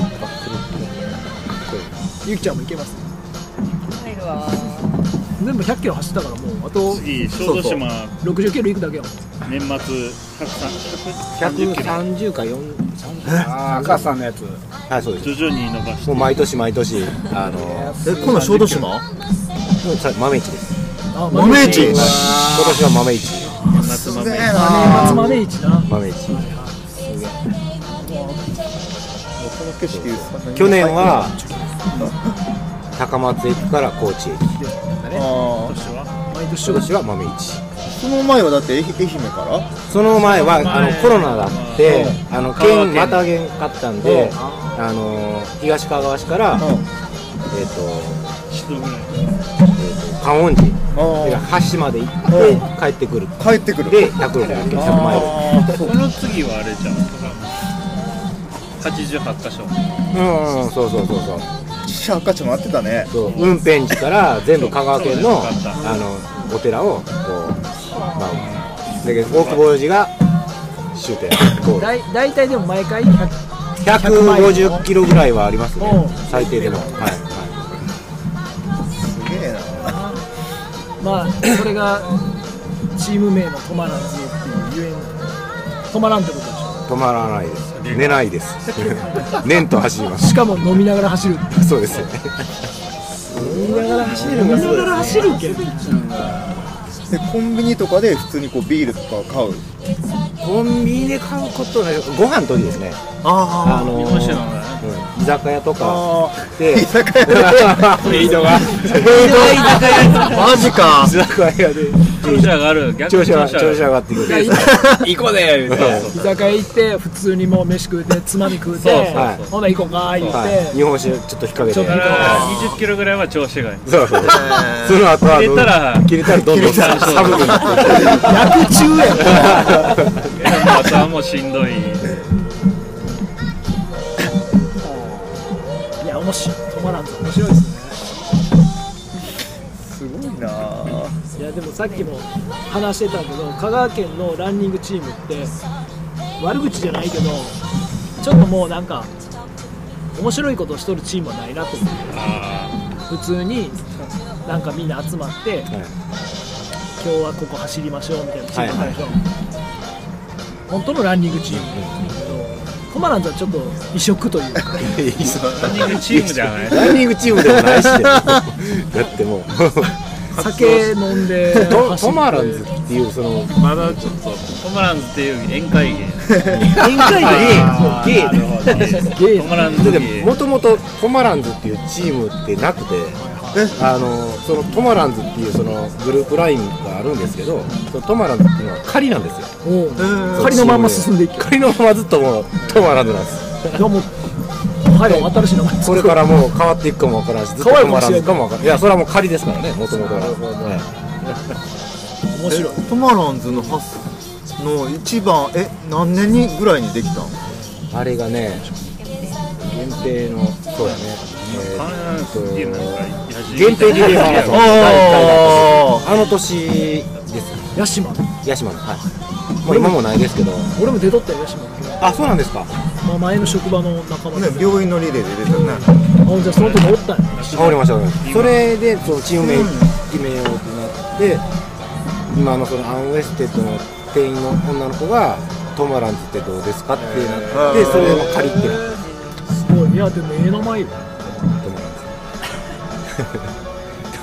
Speaker 2: いいな
Speaker 1: ゆきちゃんも行けます全部100キロ走ったからもうあと
Speaker 4: 次小豆島
Speaker 1: 60キロ行くだけやもん
Speaker 4: 年末130キロ
Speaker 2: 130か40
Speaker 5: ああ赤さんのやつ
Speaker 2: はいそうです
Speaker 4: 徐々に伸ばして
Speaker 2: もう毎年毎年あの
Speaker 10: え今度小豆島
Speaker 2: さ豆市です
Speaker 1: あ
Speaker 10: 豆市
Speaker 2: 今年は豆市
Speaker 4: 夏豆
Speaker 10: ええ
Speaker 1: 松
Speaker 10: な
Speaker 1: 豆市な
Speaker 2: 豆市去年は高松駅から高知駅
Speaker 10: あー
Speaker 1: 毎年
Speaker 2: 今年は豆市
Speaker 10: その前はだって愛愛媛から
Speaker 2: その前はあのコロナがあってあの県またげんかったんであの東かがわ市からえっと
Speaker 4: 一度ぐらい
Speaker 2: 観音寺
Speaker 10: あ
Speaker 2: 橋まで行って帰ってくる
Speaker 10: あ帰ってくる
Speaker 2: で160キロ100マイル
Speaker 4: その次はあれじゃん88箇所
Speaker 2: うんうんそうそうそうそう
Speaker 10: 自社赤ちゃん待ってたね
Speaker 2: そう運転寺から全部香川県の
Speaker 4: そうですよかった
Speaker 2: あのお寺をこう、まあ、だけど大久保寺が終点ゴール
Speaker 1: だい大体でも毎回100
Speaker 2: 150キロぐらいはありますね
Speaker 1: おう
Speaker 2: 最低でもはい、は
Speaker 10: すげえな
Speaker 1: まあそれがチーム名の止まらんずっていうゆえん止まらんってことで
Speaker 2: い、
Speaker 1: しょ
Speaker 2: 止まらないです寝ないです念と走ります
Speaker 1: しかも飲みながら走る
Speaker 2: そうですね
Speaker 1: 飲みながら走る飲みながら走るけど
Speaker 10: でコンビニとかで普通にこうビールとか買う
Speaker 2: コンビニで買うことないご飯取りですねあ
Speaker 4: あ
Speaker 2: のー
Speaker 4: 日本酒なのね
Speaker 2: うん居酒屋とかで
Speaker 10: 居酒 屋で
Speaker 2: メイドが
Speaker 10: マジか
Speaker 2: 居酒屋で
Speaker 4: 調子上がる
Speaker 2: 調
Speaker 4: 逆に
Speaker 2: 子
Speaker 4: 調
Speaker 2: が
Speaker 4: 子上
Speaker 2: 調子
Speaker 4: がる
Speaker 2: 上がってくる
Speaker 5: 行こうで言うて
Speaker 1: 居酒屋行って普通にもう飯食うてつまみ食うて
Speaker 4: そうそう
Speaker 2: そう
Speaker 1: ほな行こうか言って、
Speaker 2: はい、日本酒ちょっと引っ掛けて
Speaker 1: ちょっと
Speaker 4: だか
Speaker 2: は
Speaker 4: ら
Speaker 2: い
Speaker 4: 20キロぐらいは調子がいい
Speaker 2: そうそう。その後は
Speaker 4: 入れたら
Speaker 2: 切れたらどんどん寒くなっていく。
Speaker 1: 役中やん
Speaker 4: またもうしんどい
Speaker 1: いや面白い止まらんと面白いです
Speaker 10: すごいなあ
Speaker 1: ねいやでもさっきも話してたけど香川県のランニングチームって悪口じゃないけどちょっともうなんか面白いことをしとるチームはないなと思って普通になんかみんな集まって、今日はここ走りましょうみたいなチームなんでしょ、本当のランニングチーム、コマランズはちょっと異色というか
Speaker 4: ランニングチームじゃない
Speaker 2: ランニングチームでもないし ね。だってもう。
Speaker 1: 酒飲んで
Speaker 2: ト
Speaker 1: 走
Speaker 2: ト
Speaker 1: って
Speaker 2: マランズっていうその
Speaker 4: まだちょっとトムランズっていう宴会芸
Speaker 1: 宴会
Speaker 4: ゲーなるほどね
Speaker 1: 芸芸
Speaker 4: トムラン
Speaker 2: で
Speaker 4: ズ芸
Speaker 2: ももともとトマランズっていうチームってなくてあのそのトマランズっていうそのグループラインがあるんですけどそのトマランズっていうのは仮なんですよ
Speaker 1: おう仮のまんま進んでいく
Speaker 2: 仮のままずっともうトマランズなんです
Speaker 1: どうもはい新しい名前
Speaker 2: これからもう変わっていくかもわからんしずっとトマランズかもわからんいやそれはもう仮ですからねもともとは、はい
Speaker 1: 面白い
Speaker 10: えトマランズの発の一番え何年にぐらいにできたん
Speaker 2: あれがね、限定の、そうやね、え
Speaker 4: トムランズっていうのがやじ
Speaker 2: ー限定リレーマラソン、
Speaker 10: あ
Speaker 2: あの年です、
Speaker 1: ヤシマ
Speaker 2: 屋島の、はい、もう今もないですけど、
Speaker 1: 俺も出とったよヤシマ
Speaker 2: あ、そうなんですか、
Speaker 1: まあ前の職場の仲間
Speaker 10: ね
Speaker 1: で、ね、
Speaker 10: 病院のリレーで出たね
Speaker 1: あじゃあその時おったんや
Speaker 2: 倒れました、倒れました、それでそのチーム名決めようってなって、今のそのアンウェステッドの店員の女の子が、トマランズってどうですかってなって、それを借りってなって、
Speaker 1: すごいいやでもええ名前よ
Speaker 2: トマラ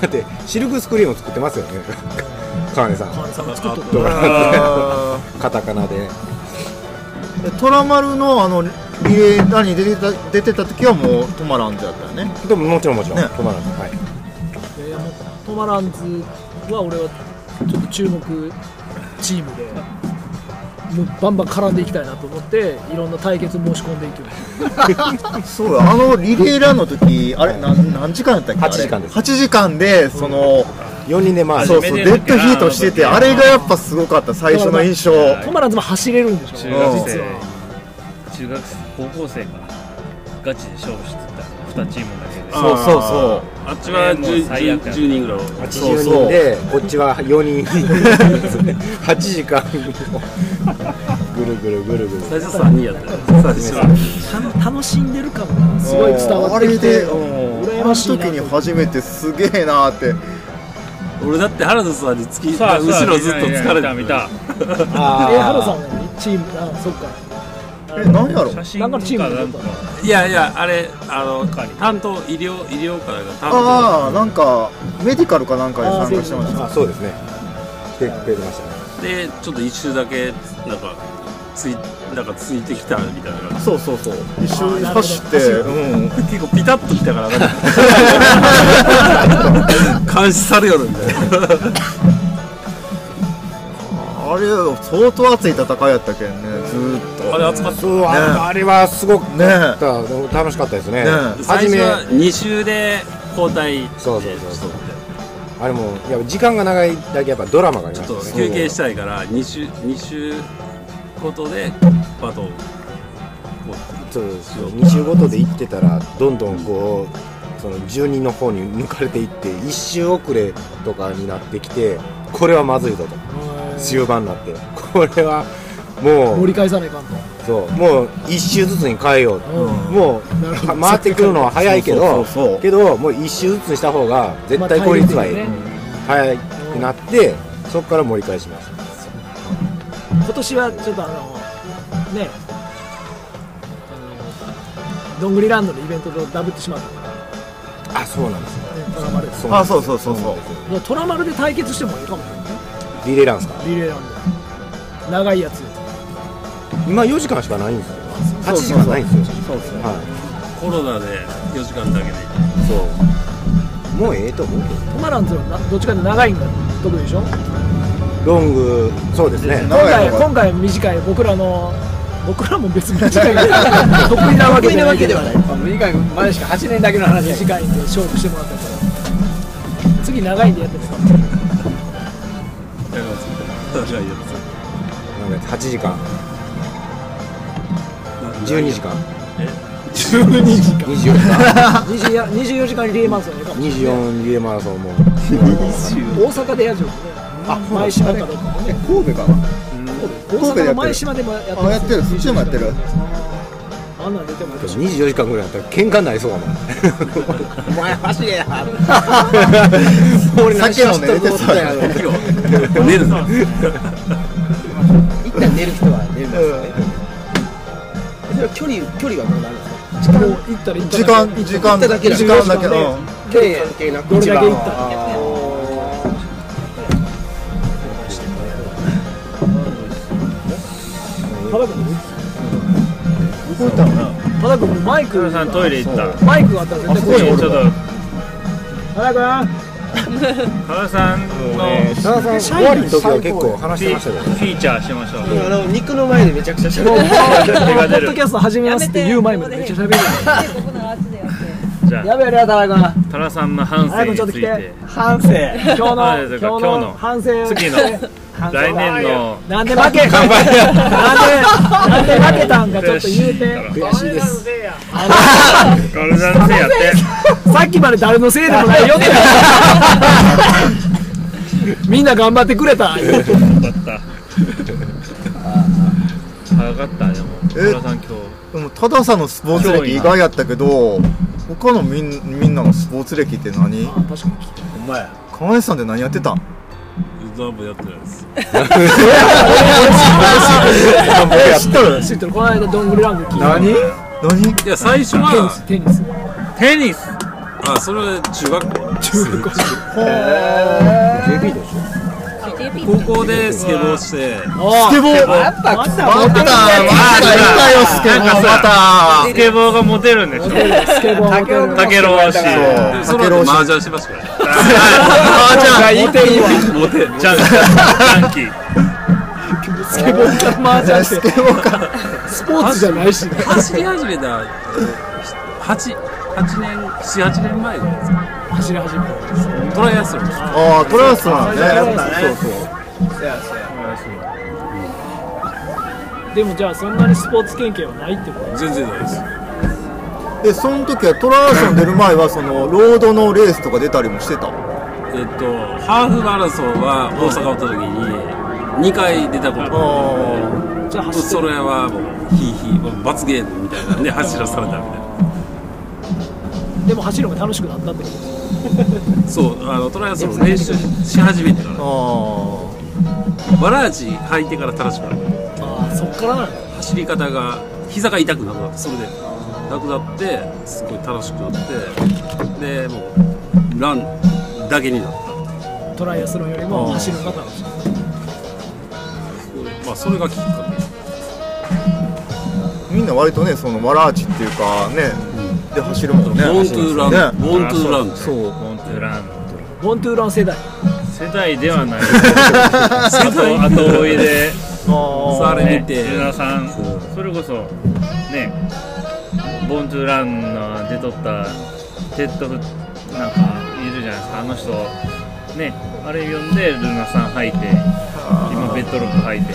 Speaker 2: ンズ。だって、シルクスクリーンを作ってますよね、川根さん。
Speaker 1: 川根さんが作っと
Speaker 2: ド
Speaker 1: る
Speaker 2: ラカタカナで
Speaker 10: えトラマルのあのリレーランに出てた出てた時はもうトマランズだったよね
Speaker 2: でももちろんもちろん、
Speaker 10: ね
Speaker 2: トマランズはい
Speaker 1: いやいやもうトマランズは俺はちょっと注目チームでもうバンバン絡んでいきたいなと思っていろんな対決申し込んでいく
Speaker 10: そうだあのリレーランの時あれなん何時間やったっけ8時間です8時間でその
Speaker 2: 4人で回
Speaker 10: そうそうデッドヒートしててあれがやっぱすごかった最初の印象
Speaker 1: トマランズも走れるんでしょ
Speaker 10: 中
Speaker 4: 中
Speaker 10: 学
Speaker 4: 学生
Speaker 10: 生
Speaker 4: 中学生高校生からガチで勝負してた2チームだけで
Speaker 2: そうそうそう
Speaker 3: あっちは
Speaker 4: もう最悪
Speaker 3: 10人ぐらいおる
Speaker 2: 80人でこっちは4人8時間ぐるぐるぐる ぐる
Speaker 3: 最初3人やったよ最初は
Speaker 1: 楽しんでる感がすごい伝わってきて
Speaker 10: うんあの時に初めてすげえなーって
Speaker 3: 俺だって原田さんに突き
Speaker 4: さあさあ
Speaker 3: 後ろずっと疲れて
Speaker 4: 見た
Speaker 2: あー
Speaker 1: えハロさんはチームあそっか
Speaker 10: え何やろ
Speaker 4: 写真
Speaker 1: なん
Speaker 4: か
Speaker 1: かチーム
Speaker 4: な
Speaker 1: だ
Speaker 4: んか
Speaker 3: いやいやあれあの担当医療医療からが担当
Speaker 10: ああなんかメディカルかなんかに参加してました
Speaker 2: あそうですね来てくれてましたね
Speaker 3: でちょっと一周だけなんかついなんかついてきたみたいな感じ
Speaker 10: そうそうそう一緒に走ってうん
Speaker 3: 結構ピタッときたからなんか 監視されよるみたいな
Speaker 10: あれ相当熱い戦いやったけんねずーっと
Speaker 3: あれ集まって
Speaker 2: そうあ
Speaker 10: ね
Speaker 2: あれはすごく
Speaker 10: ね
Speaker 2: 楽しかったですね
Speaker 10: ね
Speaker 3: 最
Speaker 2: 初
Speaker 3: 初
Speaker 2: め
Speaker 3: は2周で交代
Speaker 2: そうそうそうそうあれもやっぱ時間が長いだけやっぱドラマがありま
Speaker 3: ちょっと
Speaker 2: したね
Speaker 3: 休憩したいから2周二周ごとでバトンをこ
Speaker 2: そうそう2週ごとで行ってたらどんどんこうその住人の方に抜かれていって1周遅れとかになってきてこれはまずいぞと終盤になってこれはも
Speaker 1: 盛
Speaker 2: う
Speaker 1: り返さないかんと
Speaker 2: そうもう1周ずつに変えようともう
Speaker 1: なるほど
Speaker 2: 回ってくるのは早いけ
Speaker 10: そう
Speaker 2: ど
Speaker 10: そうそう
Speaker 2: けどもう1周ずつにした方が絶対効率がいい、
Speaker 1: まあタイミング
Speaker 2: 早くなってそこから盛り返します
Speaker 1: 今年はちょっとあのねあのどんぐりランドのイベントとダブってしまったか
Speaker 2: あそうなんです
Speaker 1: らねトラマルで
Speaker 10: あそうそうそうそう
Speaker 1: もうトラマルで対決してもいいかもしれないね
Speaker 2: リレーランですか
Speaker 1: リレーランド長いやつ
Speaker 2: 今4時間しかないんですよ8時間ないんですよ
Speaker 10: そうですね
Speaker 2: はい
Speaker 3: とコロナで4時間だけで
Speaker 2: そうもうええと思うけど
Speaker 1: トマランズはなどっちかって長いんが得意でしょ
Speaker 2: ロングそうですね
Speaker 1: 今
Speaker 10: 長い
Speaker 1: 回
Speaker 10: のが
Speaker 1: 今回短い僕らの僕らも別に短いけど得意なわけじゃないけど
Speaker 5: あの以外前しか8年だけの話やけど
Speaker 1: 短いんで勝負してもらったから次長いんでやってもらって
Speaker 3: やりますじゃあやります
Speaker 2: なんか8時間12時間
Speaker 1: 12時間
Speaker 2: 24時間
Speaker 1: 24, 24時間リレーマンスはねかも
Speaker 2: 24リレーマラソンも
Speaker 1: 大阪でやるじゃんね前島かどうかもね
Speaker 10: 神戸かな
Speaker 1: 大阪の前島でもやって
Speaker 10: あやってるそっちでもやってる
Speaker 1: あんなん出てもらってる
Speaker 2: 24時間ぐらいだったら喧嘩になりそうだもんお前走れや 俺何しよ
Speaker 10: 酒も
Speaker 2: う
Speaker 10: ね
Speaker 2: と
Speaker 10: 出て
Speaker 2: 思ったやろ
Speaker 10: たよ
Speaker 3: 寝るな
Speaker 5: 一旦寝る人は寝るんですよねそれは距離距離はどうなるんですか
Speaker 1: もう行ったら行った
Speaker 10: 時間時間
Speaker 5: 行っただけだ
Speaker 10: 時間だけうん
Speaker 5: で関係なく
Speaker 1: どれだけ行った
Speaker 5: 一番
Speaker 1: らただ君
Speaker 10: 動いたのな
Speaker 1: ただ君マイク
Speaker 4: さんトイレ行った
Speaker 1: マイクがあったら
Speaker 10: あ
Speaker 1: 絶
Speaker 10: そ
Speaker 1: 対
Speaker 10: こに
Speaker 1: こっち
Speaker 4: ちょっ
Speaker 10: おるわ
Speaker 4: と
Speaker 1: ただ君
Speaker 4: 加賀さんのフ
Speaker 2: 田中さん終わりの時は結構話してましたけどね
Speaker 4: ィーチャーしましょう
Speaker 5: あの肉の前でめちゃくちゃ喋って
Speaker 1: ポッドキャスト始めますって言う前までめっちゃ喋る
Speaker 6: ここならあっちでやって
Speaker 4: じゃあ
Speaker 1: やべえや田中君
Speaker 4: 多良さんの反省
Speaker 1: 早く
Speaker 4: につ
Speaker 1: ちょっと
Speaker 4: い
Speaker 1: 来
Speaker 4: て
Speaker 1: て
Speaker 5: 反省
Speaker 1: 今日の
Speaker 4: あ
Speaker 1: 今日
Speaker 4: そうか今日の
Speaker 1: の反省
Speaker 4: 次の来年の
Speaker 1: なんで負けなんでなんで負けたんかちょっと言うて
Speaker 2: 悔しいです
Speaker 4: カルダンスやって
Speaker 1: さっきまで誰のせいでもないよってみんな頑張ってくれた言うて
Speaker 4: よかった早かったでも多良さん今日
Speaker 10: でもたださんのスポーツ歴意外やったけど他のみんみんなのスポーツ歴って何
Speaker 5: お前
Speaker 10: 川西さんって何やってたん
Speaker 3: 何もやってないです
Speaker 10: え知っとる
Speaker 1: 知ってるこの間どんぐりランク聞いた
Speaker 10: 何何
Speaker 3: いや最初は
Speaker 1: テニス
Speaker 4: テニス
Speaker 3: あそれは中学校
Speaker 10: へー
Speaker 6: ついている
Speaker 3: 高校でスケボーして
Speaker 10: スケボーまたまたいたよスケボーまた
Speaker 4: スケボーがモテるんでしょ
Speaker 1: スケボ
Speaker 4: ータケロウシ
Speaker 3: でその後麻雀しますからね
Speaker 10: あじゃあ
Speaker 4: いいていい
Speaker 3: モテ
Speaker 4: ジャンジャンキー
Speaker 1: スケボーからマージャンしてスケボーからスポーツじゃないしね
Speaker 3: 走り始めた八八年七八年前ぐらいですか
Speaker 1: 走り始め
Speaker 3: トライアスロンです
Speaker 10: ああトランスなん
Speaker 3: トライアスロン
Speaker 10: だ
Speaker 3: だ
Speaker 10: ね
Speaker 3: ね
Speaker 10: そうそう
Speaker 1: たでもじゃあそんなにスポーツ経験はないってこと
Speaker 3: 全然ないです
Speaker 10: でその時はトランスロン出る前はそのロードのレースとか出たりもしてた
Speaker 3: えっとハーフマラソンは大阪おった時に2回出たこと
Speaker 1: じゃあ
Speaker 3: があって
Speaker 1: 走って
Speaker 3: そ
Speaker 1: る
Speaker 3: れはもうヒーヒーもう罰ゲームみたいなんで走らされたみたいな
Speaker 1: でも走るのが楽しくなったってこと
Speaker 3: そうあのトライアスロン練習し始めてからわらじ履いてから正しくなる
Speaker 1: ああそっからなの
Speaker 3: 走り方が膝が痛くなくなってそれでなくなってすごい楽しくなってでもうランだけになった
Speaker 1: トライアスロンよりも走るのが楽しい
Speaker 3: まあそれがきっかけ
Speaker 10: みんな割とねそのわらあちっていうかねで走るもんね
Speaker 3: ボーントゥーラン
Speaker 10: ね
Speaker 3: ボーントゥーラン
Speaker 10: そう
Speaker 4: モントゥラン
Speaker 1: ボントゥーラン世代
Speaker 4: 世代ではないあと後追いで
Speaker 3: さあれ見て
Speaker 4: ね、田さんそれこそねボントゥーランの出とったテッドフなんかいるじゃないですかあの人ねあれ読んでルナさん履いて今ベッドロック履いて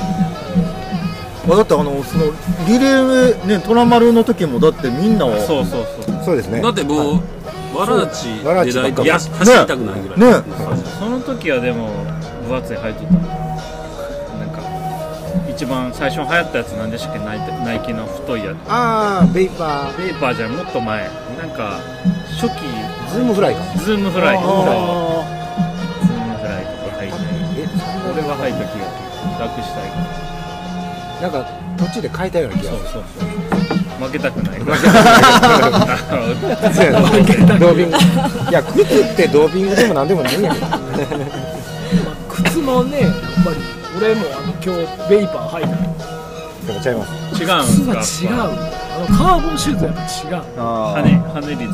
Speaker 10: あだってあのそのリレーねトラマルの時もだってみんなは
Speaker 4: そうそうそう
Speaker 10: そうですね
Speaker 3: だってもうわらちでないとや走りたくないぐらい
Speaker 10: ね
Speaker 4: その時はでも分厚い履いとったなんか一番最初に流行ったやつなんでしたっけナイナイキの太いやつ
Speaker 2: ああベイパー
Speaker 4: ペーパーじゃないもっと前なんか初期
Speaker 2: ズームフライか
Speaker 4: ズームフライズームフライ
Speaker 1: あ
Speaker 4: ズームフライとか入って俺は入った気が楽したいか
Speaker 2: なんか途中で変えたような気がする
Speaker 4: らそうそう負けたくない
Speaker 2: そうやな ドービングいや靴ってドービングでも何でもないんやけど
Speaker 1: ー靴のねやっぱり俺もあの今日ベイパー履いたの
Speaker 2: でもちゃいます
Speaker 4: 違うんです
Speaker 1: 靴が違う
Speaker 4: か
Speaker 1: あのカーボンシューズやっぱ違う
Speaker 4: 羽羽率が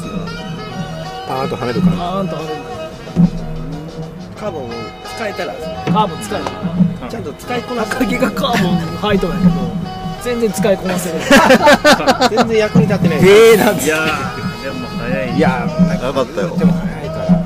Speaker 2: パーンと跳ねるから
Speaker 1: あーんとあるんだ
Speaker 5: カーボンを使えたら
Speaker 1: カーボン使える
Speaker 5: ちゃんと使いこなす
Speaker 1: 赤毛がカーボン履いとるんやけど全然使いこなせる
Speaker 5: 全然役に立ってない
Speaker 2: えーなん
Speaker 4: いやーでも早い
Speaker 2: いやーなんか
Speaker 10: よかったよ
Speaker 2: でも早いから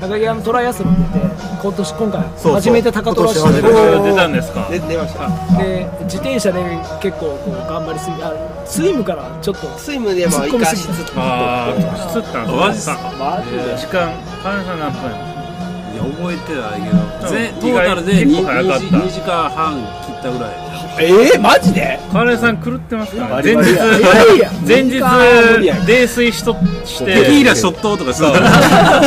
Speaker 1: 高木があのトライアスロン出て今年今回
Speaker 10: そう
Speaker 1: 初めて高虎
Speaker 10: 今年初めて
Speaker 1: して
Speaker 4: 出たんですか
Speaker 5: で出ました
Speaker 1: で自転車で結構こう頑張りすぎあスイムからちょっと
Speaker 5: スイムでも生かしつつ
Speaker 4: ああつったん
Speaker 3: マジっ
Speaker 4: ですすか
Speaker 3: か
Speaker 4: 時間換算何分
Speaker 3: いや覚えてないけどぜト
Speaker 4: 意
Speaker 3: ー
Speaker 4: 外
Speaker 3: タルで 2,
Speaker 4: 結構早かった
Speaker 3: 時間半切ったぐらい
Speaker 5: えー、マジで
Speaker 4: 川根さん狂ってますから前日
Speaker 1: いや
Speaker 4: 前日泥酔しとして
Speaker 3: テキーラショットとかしてた
Speaker 4: スタ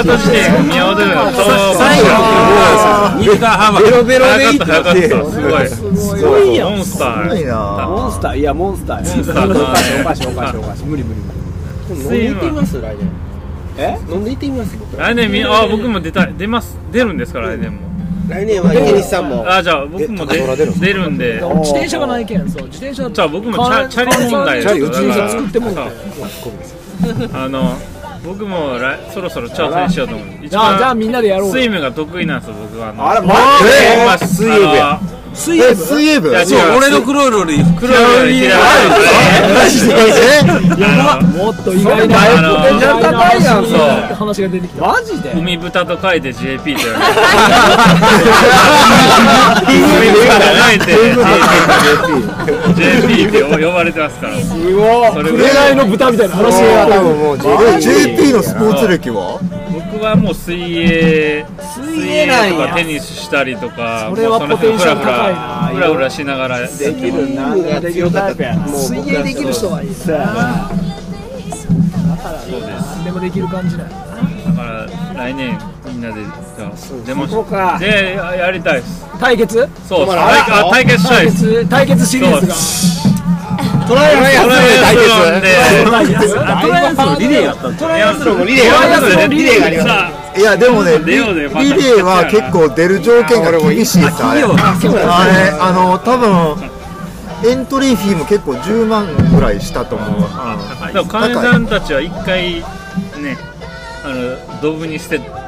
Speaker 4: ート時点見合わせるのと
Speaker 3: 最後2時間半は
Speaker 5: ベロベロでい
Speaker 4: 早
Speaker 5: い
Speaker 4: かった早かったすごい
Speaker 1: すごいやん
Speaker 4: モンスター
Speaker 10: いな
Speaker 5: モンスターいやモンスター
Speaker 4: モンスター
Speaker 5: おかしいおかしいおかしいおかしい無理無理無理飲んでいってみます来年え飲んでいってみます僕ら
Speaker 4: 来年みあ僕も出たい出ます出るんですか来年も
Speaker 5: 来年は池西さんも
Speaker 4: あじゃあ僕も出出るんで
Speaker 1: 自転車がないけんそう自転車
Speaker 4: じゃあ僕もチャチャリ問題
Speaker 1: チャリ
Speaker 4: ち
Speaker 1: 自
Speaker 4: ょっとだ
Speaker 1: 転車
Speaker 4: から
Speaker 1: 作ってもんて
Speaker 4: そ
Speaker 1: あ
Speaker 4: うあの僕も来そろそろ挑戦しようと思う一
Speaker 1: じゃあみんなでやろう
Speaker 4: スイムが得意なんですよ僕はあの
Speaker 5: あらマジ
Speaker 4: え
Speaker 5: で
Speaker 4: まあ水泳部や
Speaker 1: 水泳
Speaker 10: え
Speaker 1: 部
Speaker 10: 水泳部
Speaker 4: いや
Speaker 10: え
Speaker 4: 違う
Speaker 3: 俺の黒いロリ
Speaker 4: 黒より嫌い
Speaker 10: マジで
Speaker 4: あの
Speaker 1: もっと意外な
Speaker 4: そんな前向きじゃ
Speaker 5: 高いやんそれ
Speaker 1: 話が出てきた
Speaker 5: マジで
Speaker 4: 海豚と書いて JP と呼ぶ海豚 と書いて JP って呼ばれてますから
Speaker 5: すごい
Speaker 4: それぐ
Speaker 1: 恋
Speaker 4: らい
Speaker 1: 愛の豚みたいな話
Speaker 2: は
Speaker 1: が
Speaker 2: 多分もう十
Speaker 10: え JP のスポーツ歴は
Speaker 4: 僕はもう水泳水
Speaker 5: 泳なんや
Speaker 4: とかテニスしたりとか
Speaker 1: それはポテンシャル高い
Speaker 4: もうその辺フラフラフラフラしながらやって
Speaker 5: できるな
Speaker 7: ができるタイプやな
Speaker 5: もう
Speaker 1: 水
Speaker 5: 僕
Speaker 1: 泳
Speaker 5: ら
Speaker 1: できる人はいい
Speaker 4: そうです
Speaker 1: でもできる感じだよ
Speaker 4: だから来年みんなで出まし
Speaker 5: そうか
Speaker 4: でややりたいです
Speaker 1: 対決
Speaker 4: そう対あ対決したい
Speaker 1: 対
Speaker 4: です
Speaker 1: 決対決シリーズが
Speaker 5: トライア
Speaker 4: ト
Speaker 5: スロン
Speaker 4: ライアスロンで
Speaker 1: 対決
Speaker 5: トライアスロンリレーやったトライアスロンもリレー
Speaker 4: ト
Speaker 5: ト
Speaker 4: ラ
Speaker 5: ラ
Speaker 4: イ
Speaker 5: イ
Speaker 4: ア
Speaker 5: ア
Speaker 4: ス
Speaker 5: ス
Speaker 4: ロ
Speaker 5: ロ
Speaker 4: ン
Speaker 5: ン
Speaker 4: で
Speaker 5: リレーがあります
Speaker 4: さ
Speaker 10: いやでもねリリ
Speaker 4: レオで
Speaker 10: レ
Speaker 4: また
Speaker 10: ーは結構出る条件が厳しいですあれ
Speaker 4: あ俺も
Speaker 10: あ
Speaker 4: あそうなんだ
Speaker 10: れあの多分エントリーフィーも結構10万ぐらいしたと思うあ
Speaker 4: でもかねさんたちは一回ねあのドブに捨てドブって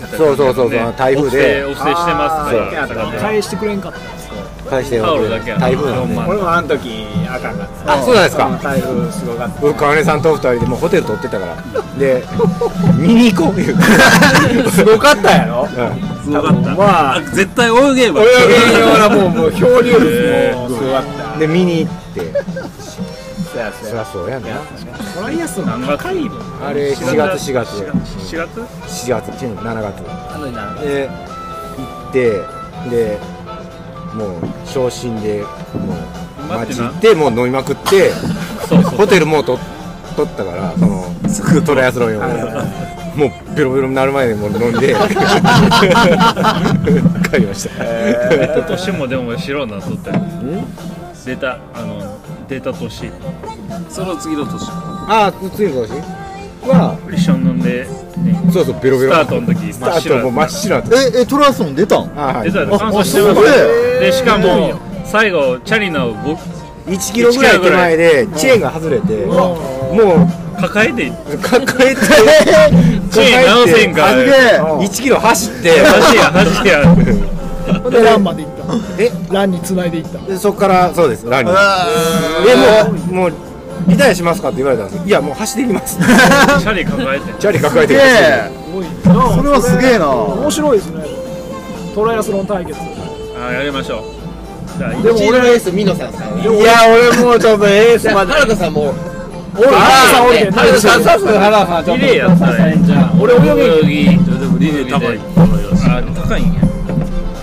Speaker 4: 言ったら
Speaker 2: そうそうそうそう
Speaker 4: ね
Speaker 2: 台風で
Speaker 4: お布施お布施してますから
Speaker 1: そ
Speaker 4: だ
Speaker 1: う
Speaker 4: からね
Speaker 1: 返してくれんかったんです
Speaker 2: 返して
Speaker 4: タオルだけやな
Speaker 2: 台風なんで
Speaker 4: 4
Speaker 11: 俺もあの時あかんかった
Speaker 2: あそうなんですか
Speaker 11: 台風すごかった
Speaker 2: 僕川根さんと二人でもうホテル取ってたからで見に行こう言うてすごかったやろ、
Speaker 3: すごかった、
Speaker 2: ま
Speaker 3: あ、絶対泳げば
Speaker 2: 泳げながらもうもう漂流物
Speaker 3: えー
Speaker 2: もうすごかったで見に行って
Speaker 11: そやそ
Speaker 2: そりゃそうやな
Speaker 1: トライアスロン高いもん
Speaker 2: あれ4月4月
Speaker 4: 4月
Speaker 2: 4月違う7月
Speaker 5: あのな
Speaker 2: で行ってでもう昇進でもう
Speaker 3: 待っ
Speaker 2: 街
Speaker 3: てな
Speaker 2: 行ってもう飲みまくって
Speaker 3: そうそう
Speaker 2: ホテルもうと取ったからそのトライアスロン用のもうベロベロになる前にもう飲んで帰りました、
Speaker 4: 一昨年もでも白になっとったよ出たあの出た年
Speaker 3: その次の年
Speaker 2: ああ次の年は
Speaker 4: 一緒に飲んで、ね、
Speaker 2: そうそうベロベロ
Speaker 4: スタートの時
Speaker 2: スタートもう真っ白だっ
Speaker 10: ええトラソン出たん
Speaker 2: あ
Speaker 4: 出たで
Speaker 10: あ
Speaker 4: 乾燥して
Speaker 10: あ
Speaker 4: ま
Speaker 10: そう
Speaker 4: す
Speaker 10: だ
Speaker 4: でしかも最後チャリの5
Speaker 2: 1キロぐらい手前でチェーンが外れてもう
Speaker 4: 抱えて
Speaker 2: 抱えて
Speaker 4: チェーン直せんか
Speaker 2: 抱
Speaker 4: ら
Speaker 2: えて1キロ走って
Speaker 4: 走や走や
Speaker 1: ほんでランまで行ったえランに繋いでいった
Speaker 2: でそこからそうですランニングでもうもうリタイアしますかって言われたんですいやもう走ってきます
Speaker 4: チャリ抱えて
Speaker 2: チャリ抱えて
Speaker 10: すげ
Speaker 1: それ
Speaker 10: それはすげえな
Speaker 1: 面白いですねトライアスロン対決
Speaker 4: あやりましょうじゃあ
Speaker 5: でも俺のエースミノさんさんい
Speaker 2: いや俺もうちょっとエースまで
Speaker 5: 原田さんも
Speaker 1: おるさんおるで
Speaker 5: 原田さんさん原田さんちょっ
Speaker 4: リレーやったらええんじゃん
Speaker 1: 俺泳
Speaker 4: ぎでもリレー高いあ高いんや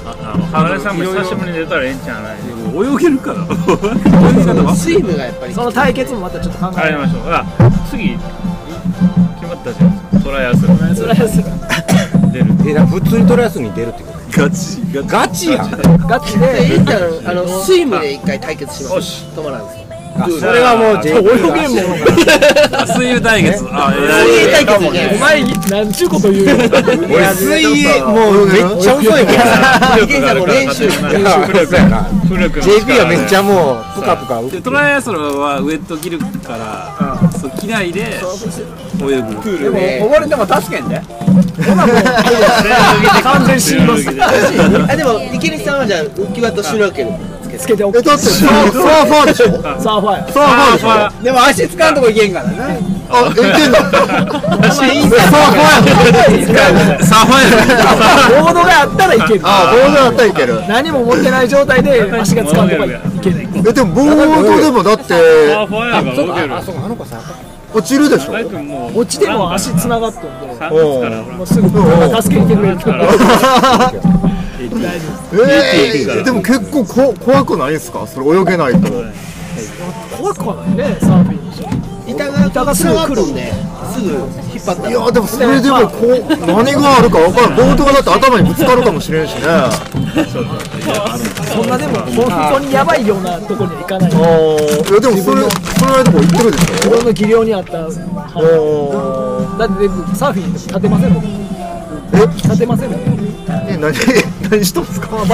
Speaker 4: ああの原田さんも久しぶりに出たらええんちゃうない
Speaker 3: 泳げるから
Speaker 5: とスイムがやっぱり
Speaker 1: その対決もまたちょっと考
Speaker 4: あ
Speaker 1: え
Speaker 4: り
Speaker 1: よ
Speaker 4: ましょうあ次決まったじゃんトライアスロン
Speaker 1: うトライアスロン
Speaker 4: 出る
Speaker 2: えな普通にトライアスロンに出るってこと
Speaker 3: ガチ
Speaker 2: ガチやん
Speaker 1: ガチ
Speaker 5: でい
Speaker 1: で
Speaker 5: いんだろうあのスイムで一回対決しま
Speaker 4: よ
Speaker 5: す
Speaker 4: し
Speaker 5: 止まらんです
Speaker 2: あそれはもう J
Speaker 1: 泳げんもん
Speaker 3: あ水泳対決あ
Speaker 5: 水泳
Speaker 3: え
Speaker 5: 対決じゃない
Speaker 1: お前なんちゅうこと言うよ
Speaker 2: 俺水泳もうめっちゃ 遅いもん
Speaker 5: 池江さんも練習して
Speaker 2: いやそうやな
Speaker 4: 古く
Speaker 2: JP はめっちゃもうぷかぷか浮
Speaker 3: でトライアスロンはウエット着るから、そう着ないで泳ぐ
Speaker 11: プールで溺れても助けんで
Speaker 1: 完全死にます
Speaker 5: あでも池西さんはじゃあ浮き輪とシュノーケル
Speaker 1: つけておく
Speaker 10: えだってサーサーファーでしょ
Speaker 1: サーファーや
Speaker 10: サーファーでしょ
Speaker 11: でも足つかんとこいけんからな
Speaker 10: あえいけんだサーファーやん
Speaker 3: サーフ ァ
Speaker 1: ボードがあったらいける
Speaker 10: あボードだったらいける
Speaker 1: 何も持ってない状態で足がつかんとかいけない
Speaker 10: えでもボードでもだって
Speaker 4: サーファーやが動ける
Speaker 10: 落ちるでしょ
Speaker 4: 大君もう
Speaker 1: 落ちても足つながっとんで
Speaker 4: 3月からほら
Speaker 1: もうすぐ助けに来てくれるから大丈夫です
Speaker 10: えー、でも結構こ怖くないですかそれ泳げないと
Speaker 1: 怖くはないねサーフィン
Speaker 5: 板が
Speaker 1: 板がす
Speaker 5: つな
Speaker 1: ぐ
Speaker 5: がっ
Speaker 1: 来
Speaker 5: と
Speaker 1: る
Speaker 5: んですぐ引っ張った
Speaker 10: い
Speaker 5: ら
Speaker 10: やでもそれでもこう何があるか分からんボードがだって頭にぶつかるかもしれんしね
Speaker 1: そんなでも本当にやばいようなとこには行かない
Speaker 10: あーいやでもそれそれでも言ってるでし
Speaker 1: 自分の技量に合った
Speaker 10: ょお
Speaker 1: だってサーフィンでも立てませんもん立てませんもん
Speaker 10: え何 何しとんすか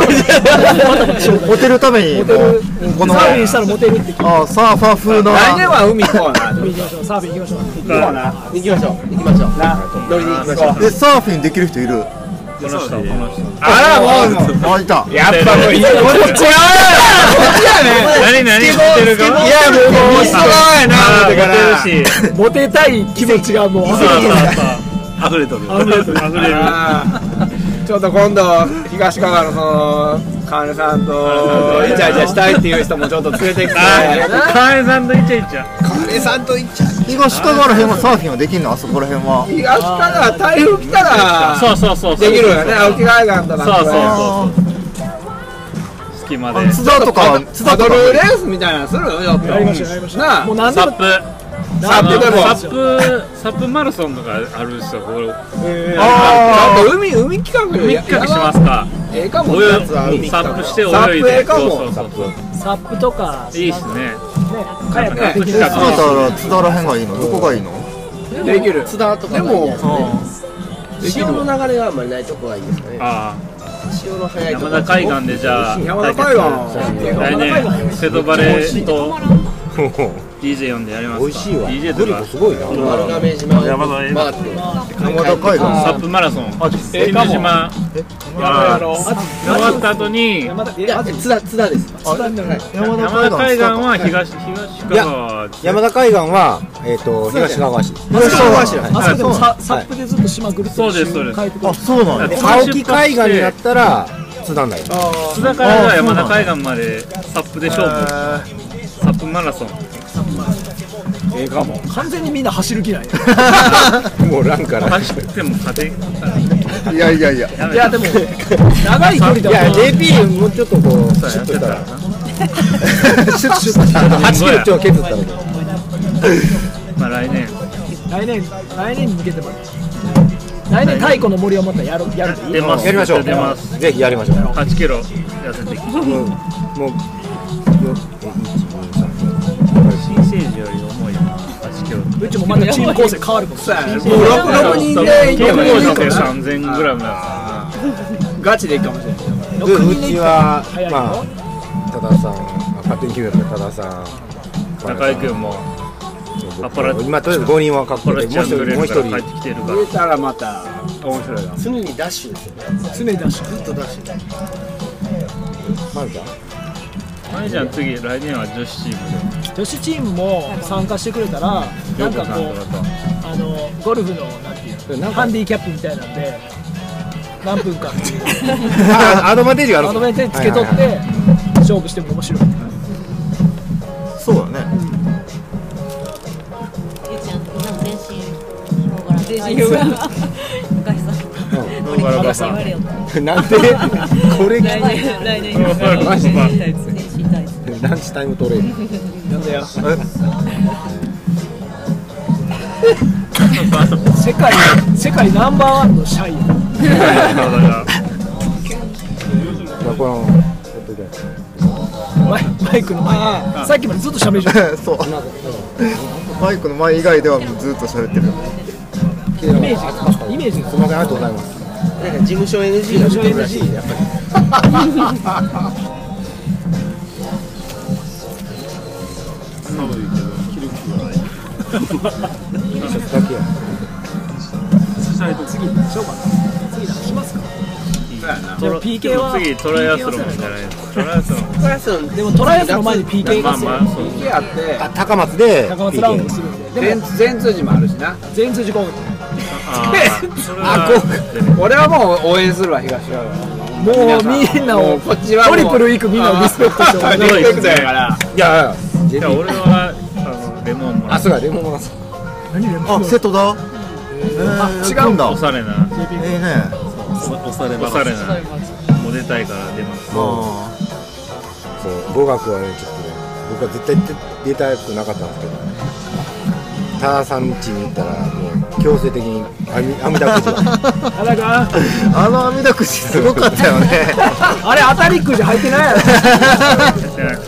Speaker 10: モテるために
Speaker 1: モテる
Speaker 10: この
Speaker 1: サーフィンしたらモテるって聞いて
Speaker 10: あーサーファー風な
Speaker 11: 来年は海行こうな
Speaker 1: 行きましょうサーフィン行きましょう
Speaker 11: 行こうな
Speaker 5: 行きましょう行きましょう乗りに行きましょう
Speaker 10: えサーフィンできる人いる
Speaker 4: この人この人
Speaker 10: あらもうあいた
Speaker 4: やっぱもういい
Speaker 10: こっち
Speaker 4: 何何知ってるかいやもう面白いな思ってからモテるし
Speaker 1: モテたい気持ちがもう
Speaker 4: そうそうそう
Speaker 3: ー溢れとる
Speaker 1: あふれてる
Speaker 4: 溢れる
Speaker 11: ちょっと今度東川のそのカーネさんとイチャイチャしたいっていう人もちょっと連れてきて
Speaker 4: あカエさんとイチャイチャ
Speaker 11: カーネさんとイチャ
Speaker 10: 東川らへんはサーフィンはできんのあそこらへんは
Speaker 11: 東川台風来た
Speaker 4: そ
Speaker 11: ら
Speaker 4: うそうそう
Speaker 11: できるよね沖海岸とか
Speaker 4: そうそう
Speaker 11: ね
Speaker 4: そう隙間で
Speaker 10: 津田とか津田
Speaker 11: パ
Speaker 10: と
Speaker 11: ド
Speaker 10: か
Speaker 11: ルレースみたいなのするよちょっと
Speaker 1: やりましょうやりましょう
Speaker 11: なあ
Speaker 1: もう何で
Speaker 4: サ
Speaker 1: も
Speaker 4: ップ
Speaker 11: サップでも
Speaker 4: サップサップマラソンとかあるんですよこれ
Speaker 11: あちょっと海海企画よ
Speaker 4: 3日間しますか
Speaker 11: ええかも
Speaker 4: 泳
Speaker 11: ね
Speaker 4: いサップして
Speaker 11: サ
Speaker 4: 泳
Speaker 11: ッ
Speaker 4: い
Speaker 11: プええ
Speaker 4: で
Speaker 11: かも
Speaker 4: そうそうそう
Speaker 1: サップとか
Speaker 4: いいっすね
Speaker 1: カヤックやってき
Speaker 10: え津
Speaker 1: た
Speaker 10: 田
Speaker 1: ら
Speaker 10: から津田らへんがいいのどこがいいの
Speaker 11: できる
Speaker 5: 津田とか
Speaker 11: でも
Speaker 5: も潮の流れがあんまりないとこがいいですかね
Speaker 4: あ
Speaker 5: 潮の速いとこ
Speaker 4: 山田海岸でじゃあ
Speaker 5: 山田海岸
Speaker 4: 来年瀬戸バレーと DJ 呼んでやりますか
Speaker 5: 美味しいわ
Speaker 4: DJ とかすごいな
Speaker 5: 丸亀島
Speaker 4: 山田海
Speaker 5: 回っ
Speaker 4: 岸
Speaker 5: て
Speaker 4: 山田海岸サップマラソン
Speaker 5: え
Speaker 4: え
Speaker 5: かも
Speaker 4: 島
Speaker 5: やろう
Speaker 4: 終わった後に山
Speaker 5: いや津田津田です津田じゃない
Speaker 4: 田海岸は東東
Speaker 2: いや
Speaker 4: 川
Speaker 2: 山田海岸は、えー、と東川市
Speaker 1: 東川市
Speaker 2: はい
Speaker 1: あそこでも
Speaker 2: は
Speaker 1: ササップでずっと島ぐるっと一周帰ってくるあそう
Speaker 2: いで青木海岸になったら津田になる
Speaker 4: 津田からが山田海岸までサップで勝負サップマラソンええかも
Speaker 1: 完全にみんな走る気ない
Speaker 2: もうランから
Speaker 4: 走っても勝てん
Speaker 10: いやいやいや
Speaker 1: いやでも長い距離だ
Speaker 2: いや JP もうちょっとこうシュッとしたらシュッシュッとしたら8キロ超削ったら
Speaker 4: まあ来年
Speaker 1: 来年来年に向けても来年太古の森をまたやるやる
Speaker 4: 出ます
Speaker 2: やりましょう
Speaker 4: 出ます
Speaker 2: ぜひやりましょう
Speaker 4: 8キロ痩せてきて
Speaker 2: もうもう
Speaker 4: 新生児より重いよ8キロ
Speaker 1: うちもまたチーム構成変わるかもしれない
Speaker 4: もう六六人で行けばいいのかな
Speaker 11: 三千グラムガチでいいかもしれない。
Speaker 2: うちはまあ多田さんあ勝手に決めた多田さん
Speaker 4: 中井君も
Speaker 2: アパラ今とりあえず5人は確保でもう一人もう一人
Speaker 4: てきてる
Speaker 2: から
Speaker 4: 入れ
Speaker 11: たらまた面白いな
Speaker 5: 常にダッシュですよね
Speaker 1: 常にダッシュ
Speaker 5: ずっとダッシュ
Speaker 2: マルちゃん
Speaker 4: はいじゃあ次来年は女子チームで
Speaker 1: 女子チームも参加してくれたらなんかこうあのゴルフのなんていうのハンディキャップみたいなんで何分かっていう
Speaker 2: あアドバンテージがある
Speaker 1: アドバンテージつけとって、
Speaker 2: はいはい
Speaker 1: 勝負しても面白い
Speaker 10: そうだね
Speaker 6: ゆうちゃん今の全身ヒョウ柄
Speaker 9: 全身ヒョウ柄
Speaker 6: ガイさん
Speaker 2: うん
Speaker 6: 俺ガイさん言われよ
Speaker 2: なんでこれ
Speaker 6: 来年来年
Speaker 2: マジ
Speaker 6: 全身タイツ全身タイツ
Speaker 2: ランチタイムトレーニングなんだよ
Speaker 1: 世界世界ナンバーワンのシャイや
Speaker 2: この
Speaker 1: マイマイクの前さっきまでずっと喋って
Speaker 10: た そうマイクの前以外ではもうずっと喋ってるよね
Speaker 1: イメージイメージ
Speaker 2: すみませんありがとうございます
Speaker 5: なんか事務所 NG が出てるらしいねやっぱり
Speaker 3: 寒いけど着る気がない
Speaker 2: T シャツだけや
Speaker 1: 次しようかな次出しますかじゃあ PK は
Speaker 4: 次トライアスロンじゃないトライアスロン
Speaker 5: トライアスロン
Speaker 1: でもトライアスロンの前に PK
Speaker 4: まあ
Speaker 1: がする
Speaker 4: まあそう
Speaker 11: あって
Speaker 2: あ高松で
Speaker 1: 高松ラウンドするんでで
Speaker 11: 全
Speaker 1: も
Speaker 11: 全通じもあるしな。
Speaker 1: 全通時攻撃
Speaker 4: あ
Speaker 11: あこう俺はもう応援するわ東側
Speaker 1: もうみんなを
Speaker 11: こっちはもう
Speaker 1: トリプルいくみんなをリスペクトして
Speaker 11: あーリスペクトやから
Speaker 2: いや
Speaker 4: いや俺はあのレモンもら
Speaker 2: あそうだレモンもらった
Speaker 1: 何レモ
Speaker 10: あ瀬戸だえー行くんだ
Speaker 4: おされな
Speaker 10: ええね
Speaker 4: おされなおされなモテたいから出ます
Speaker 10: あ
Speaker 2: そう語学はねちょっとね僕は絶対出たくなかったんですけどターさん家に行ったらもう強制的に網網だくじが
Speaker 1: あらが
Speaker 10: あの網だくじすごかったよね
Speaker 1: あれ当たりくじ入ってないやろ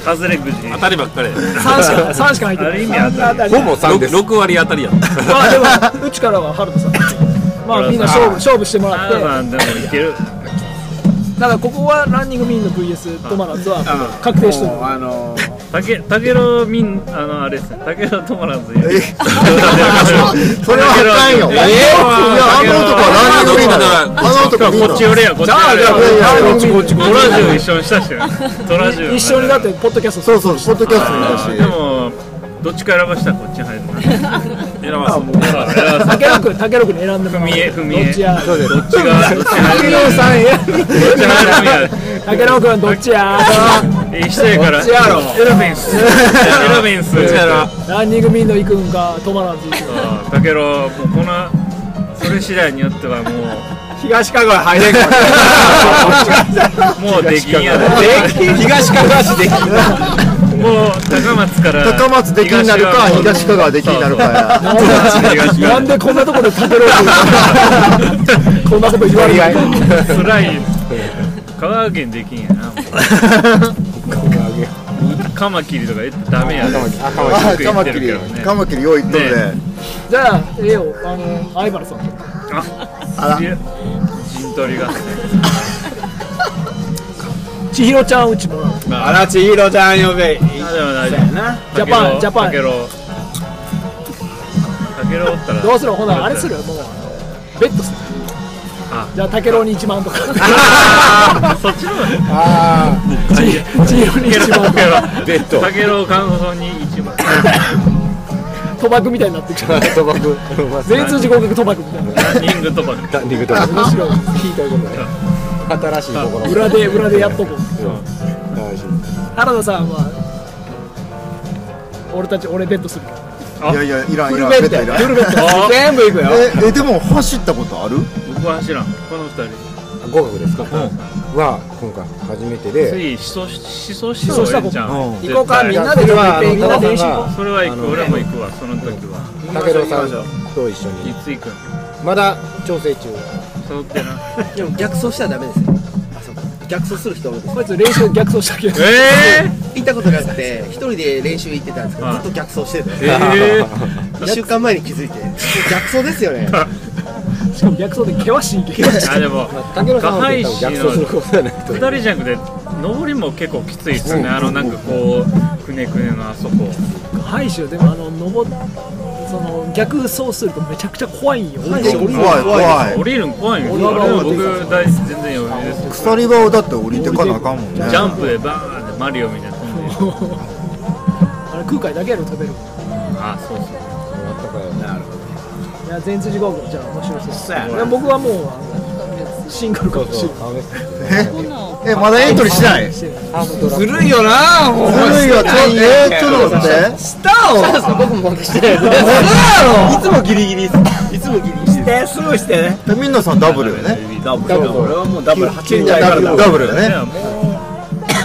Speaker 4: ハズレくじ
Speaker 3: 当たりばっかり
Speaker 1: 三し か三しか入ってない
Speaker 3: ある意味当たり
Speaker 1: ほぼ
Speaker 2: 三です
Speaker 3: 六割当たりや
Speaker 1: まあでもうちからはハル トさんまあみんな勝負勝負してもらって
Speaker 4: あでもいける
Speaker 1: だからここはランニングミンの VS トマラツは確定してる
Speaker 11: あの
Speaker 4: たけたけろみんあのあれですねたけろともらずえ
Speaker 10: それはあかんよえいやあの男はランニングミンだからあの男はミンだ
Speaker 4: こっち寄れやこっち寄れや
Speaker 10: じゃあじゃあ
Speaker 4: こ
Speaker 10: こ
Speaker 4: っ
Speaker 10: っ
Speaker 4: ち
Speaker 10: ち
Speaker 4: こ
Speaker 10: こ
Speaker 4: っ
Speaker 10: っ
Speaker 4: ち
Speaker 10: ち
Speaker 4: トラジオ一緒にしたしねトラジオ
Speaker 1: 一緒にだってポッドキャスト
Speaker 10: そうそうポッドキャストに出し
Speaker 4: あーでもどっちか選ばしたらこっち入る な選ばす
Speaker 1: 竹野君竹野君に選んでもらう
Speaker 4: 踏み絵踏み絵
Speaker 1: どっちや
Speaker 4: どっちがどっち
Speaker 1: 竹野さんや竹野君どっちや
Speaker 4: え一緒やか
Speaker 1: ど
Speaker 4: ら
Speaker 1: っちやろ
Speaker 4: エロビンス エロビンス
Speaker 1: ランニングミンの行くんかトマラツ行くんか
Speaker 4: だけどもうこのそれ次第によってはも
Speaker 11: 東かが入れんか
Speaker 4: うもうできんやで
Speaker 11: 東かが しでき
Speaker 4: もう高松から
Speaker 10: 高松できになるか東香川できになるかや
Speaker 1: なんでこんなところで食べろってこんなこと言われない
Speaker 4: つらい香川県できんやなもうカマキリとか言ってダメやで
Speaker 10: あカ
Speaker 4: よく言
Speaker 10: マ
Speaker 4: って
Speaker 10: キ
Speaker 4: る
Speaker 10: リ
Speaker 4: けどね
Speaker 10: カマキリ用意っとるね
Speaker 1: じゃあええよあの相原さん
Speaker 4: あ
Speaker 10: あら
Speaker 4: 陣取りが
Speaker 1: 千尋ちゃんうちも
Speaker 11: あらちひろちゃん呼べ
Speaker 4: 大
Speaker 11: 丈夫な
Speaker 1: ジャパンジャパン
Speaker 4: かけろかけろおったら
Speaker 1: どうするほなあれするもうベッドする
Speaker 4: あ
Speaker 1: じゃあタケロに1万とか
Speaker 4: そっちの方が
Speaker 1: ああ千尋に1万
Speaker 4: ベッドかけろ観光に一 万
Speaker 1: 賭博みたいになってくる
Speaker 2: 賭博
Speaker 1: 全通寺合格賭博みたいな
Speaker 4: ランニングとば
Speaker 2: ランニングと
Speaker 1: 面白い
Speaker 2: 聞いたことない新しいところ
Speaker 1: 裏で裏でやっと
Speaker 2: う
Speaker 1: こう
Speaker 2: ん新しい
Speaker 1: 原田さんは俺たち俺ベッドするから
Speaker 10: いやいやいらんいらん
Speaker 1: フル
Speaker 10: ベ
Speaker 1: ベッ
Speaker 10: ッド
Speaker 1: ド
Speaker 10: いらん
Speaker 1: フルベッド全部行くよ
Speaker 10: ええでも走ったことある
Speaker 4: 僕は知らんこの二人
Speaker 2: 合格ですかは今回初めてで
Speaker 4: 次思想し思想した方がいいんじゃん
Speaker 2: 思想した方が
Speaker 4: 絶対
Speaker 2: 行こうかみんなで行こう
Speaker 4: まあ
Speaker 2: みんなで行こう
Speaker 4: まあそれは行
Speaker 2: あ
Speaker 4: く
Speaker 2: の
Speaker 4: 俺も行くわその時は
Speaker 2: タケロさんと一緒に
Speaker 4: いつ行くん
Speaker 2: まだ調整中
Speaker 4: そうってな
Speaker 5: でも逆走したらダメですよあそうか逆走する人多いです
Speaker 1: こいつ練習逆走したけど
Speaker 4: え
Speaker 5: 行ったことなくて一人で練習行ってたんですけどずっと逆走してて、
Speaker 2: ええ
Speaker 5: 1週間前に気づいて逆走ですよね
Speaker 1: しかも逆走で険しい険しい
Speaker 4: あでも
Speaker 2: 竹野さ
Speaker 4: 下
Speaker 2: んは
Speaker 4: 半身
Speaker 2: 逆
Speaker 4: の
Speaker 2: 走することじゃなくて
Speaker 4: 二人じゃなくて上りも結構きついっすねあのなんかこうくねくねのあそこ
Speaker 1: ハイシュでもあの登っその逆走するとめちゃくちゃ怖いんよ
Speaker 10: 怖い怖い怖い
Speaker 4: 降りるの怖いんです
Speaker 1: 俺は
Speaker 4: よあれは
Speaker 1: 降りて
Speaker 4: 僕大全然余裕ですよ
Speaker 10: 鎖場だって降りてかなあかんもん
Speaker 4: ジ
Speaker 10: ね
Speaker 4: ャンプでバーンってマリオみたいな飛んでる
Speaker 1: あれ空海だけやろ飛べる
Speaker 4: あそうそう
Speaker 1: いや全辻合格じゃあ面白そうですいや僕はもうあのシングルかもしれない
Speaker 10: ええまだエントリーしてないず
Speaker 11: ずるいよなもう
Speaker 10: るいよちょえーちょっと待って
Speaker 11: したを
Speaker 5: 僕も負けして
Speaker 11: ずるいやろ
Speaker 5: いつもギリギリですいつもギリギリです
Speaker 11: してすぐしてね
Speaker 10: でみんなさんダブルよね
Speaker 11: ダブル俺はもうダブル8人
Speaker 10: ダブルダブルよ
Speaker 4: い
Speaker 10: ね
Speaker 4: やも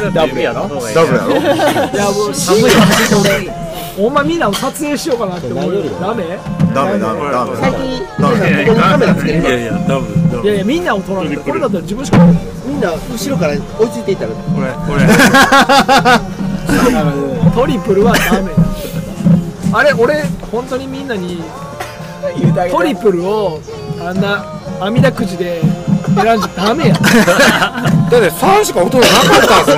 Speaker 4: うダブルやろ
Speaker 10: ダブルやろ
Speaker 1: いやもうシングル走って俺ほんまみんなも撮影しようかなって思うよダメ
Speaker 10: ダメダメダメ
Speaker 5: 最近
Speaker 10: ダメ
Speaker 5: ここにカメラつければ
Speaker 3: やいやダブル
Speaker 1: い
Speaker 3: ダブ
Speaker 1: や
Speaker 3: ル
Speaker 1: いやみんなを撮らないとこれだったら自分しか
Speaker 5: みんな後ろから追いついていった ら
Speaker 3: これこれ
Speaker 1: トリプルはダメあれ俺本当にみんなにトリプルをあんな網だくじで選んじゃダメや
Speaker 2: だって3しか音がなかったんで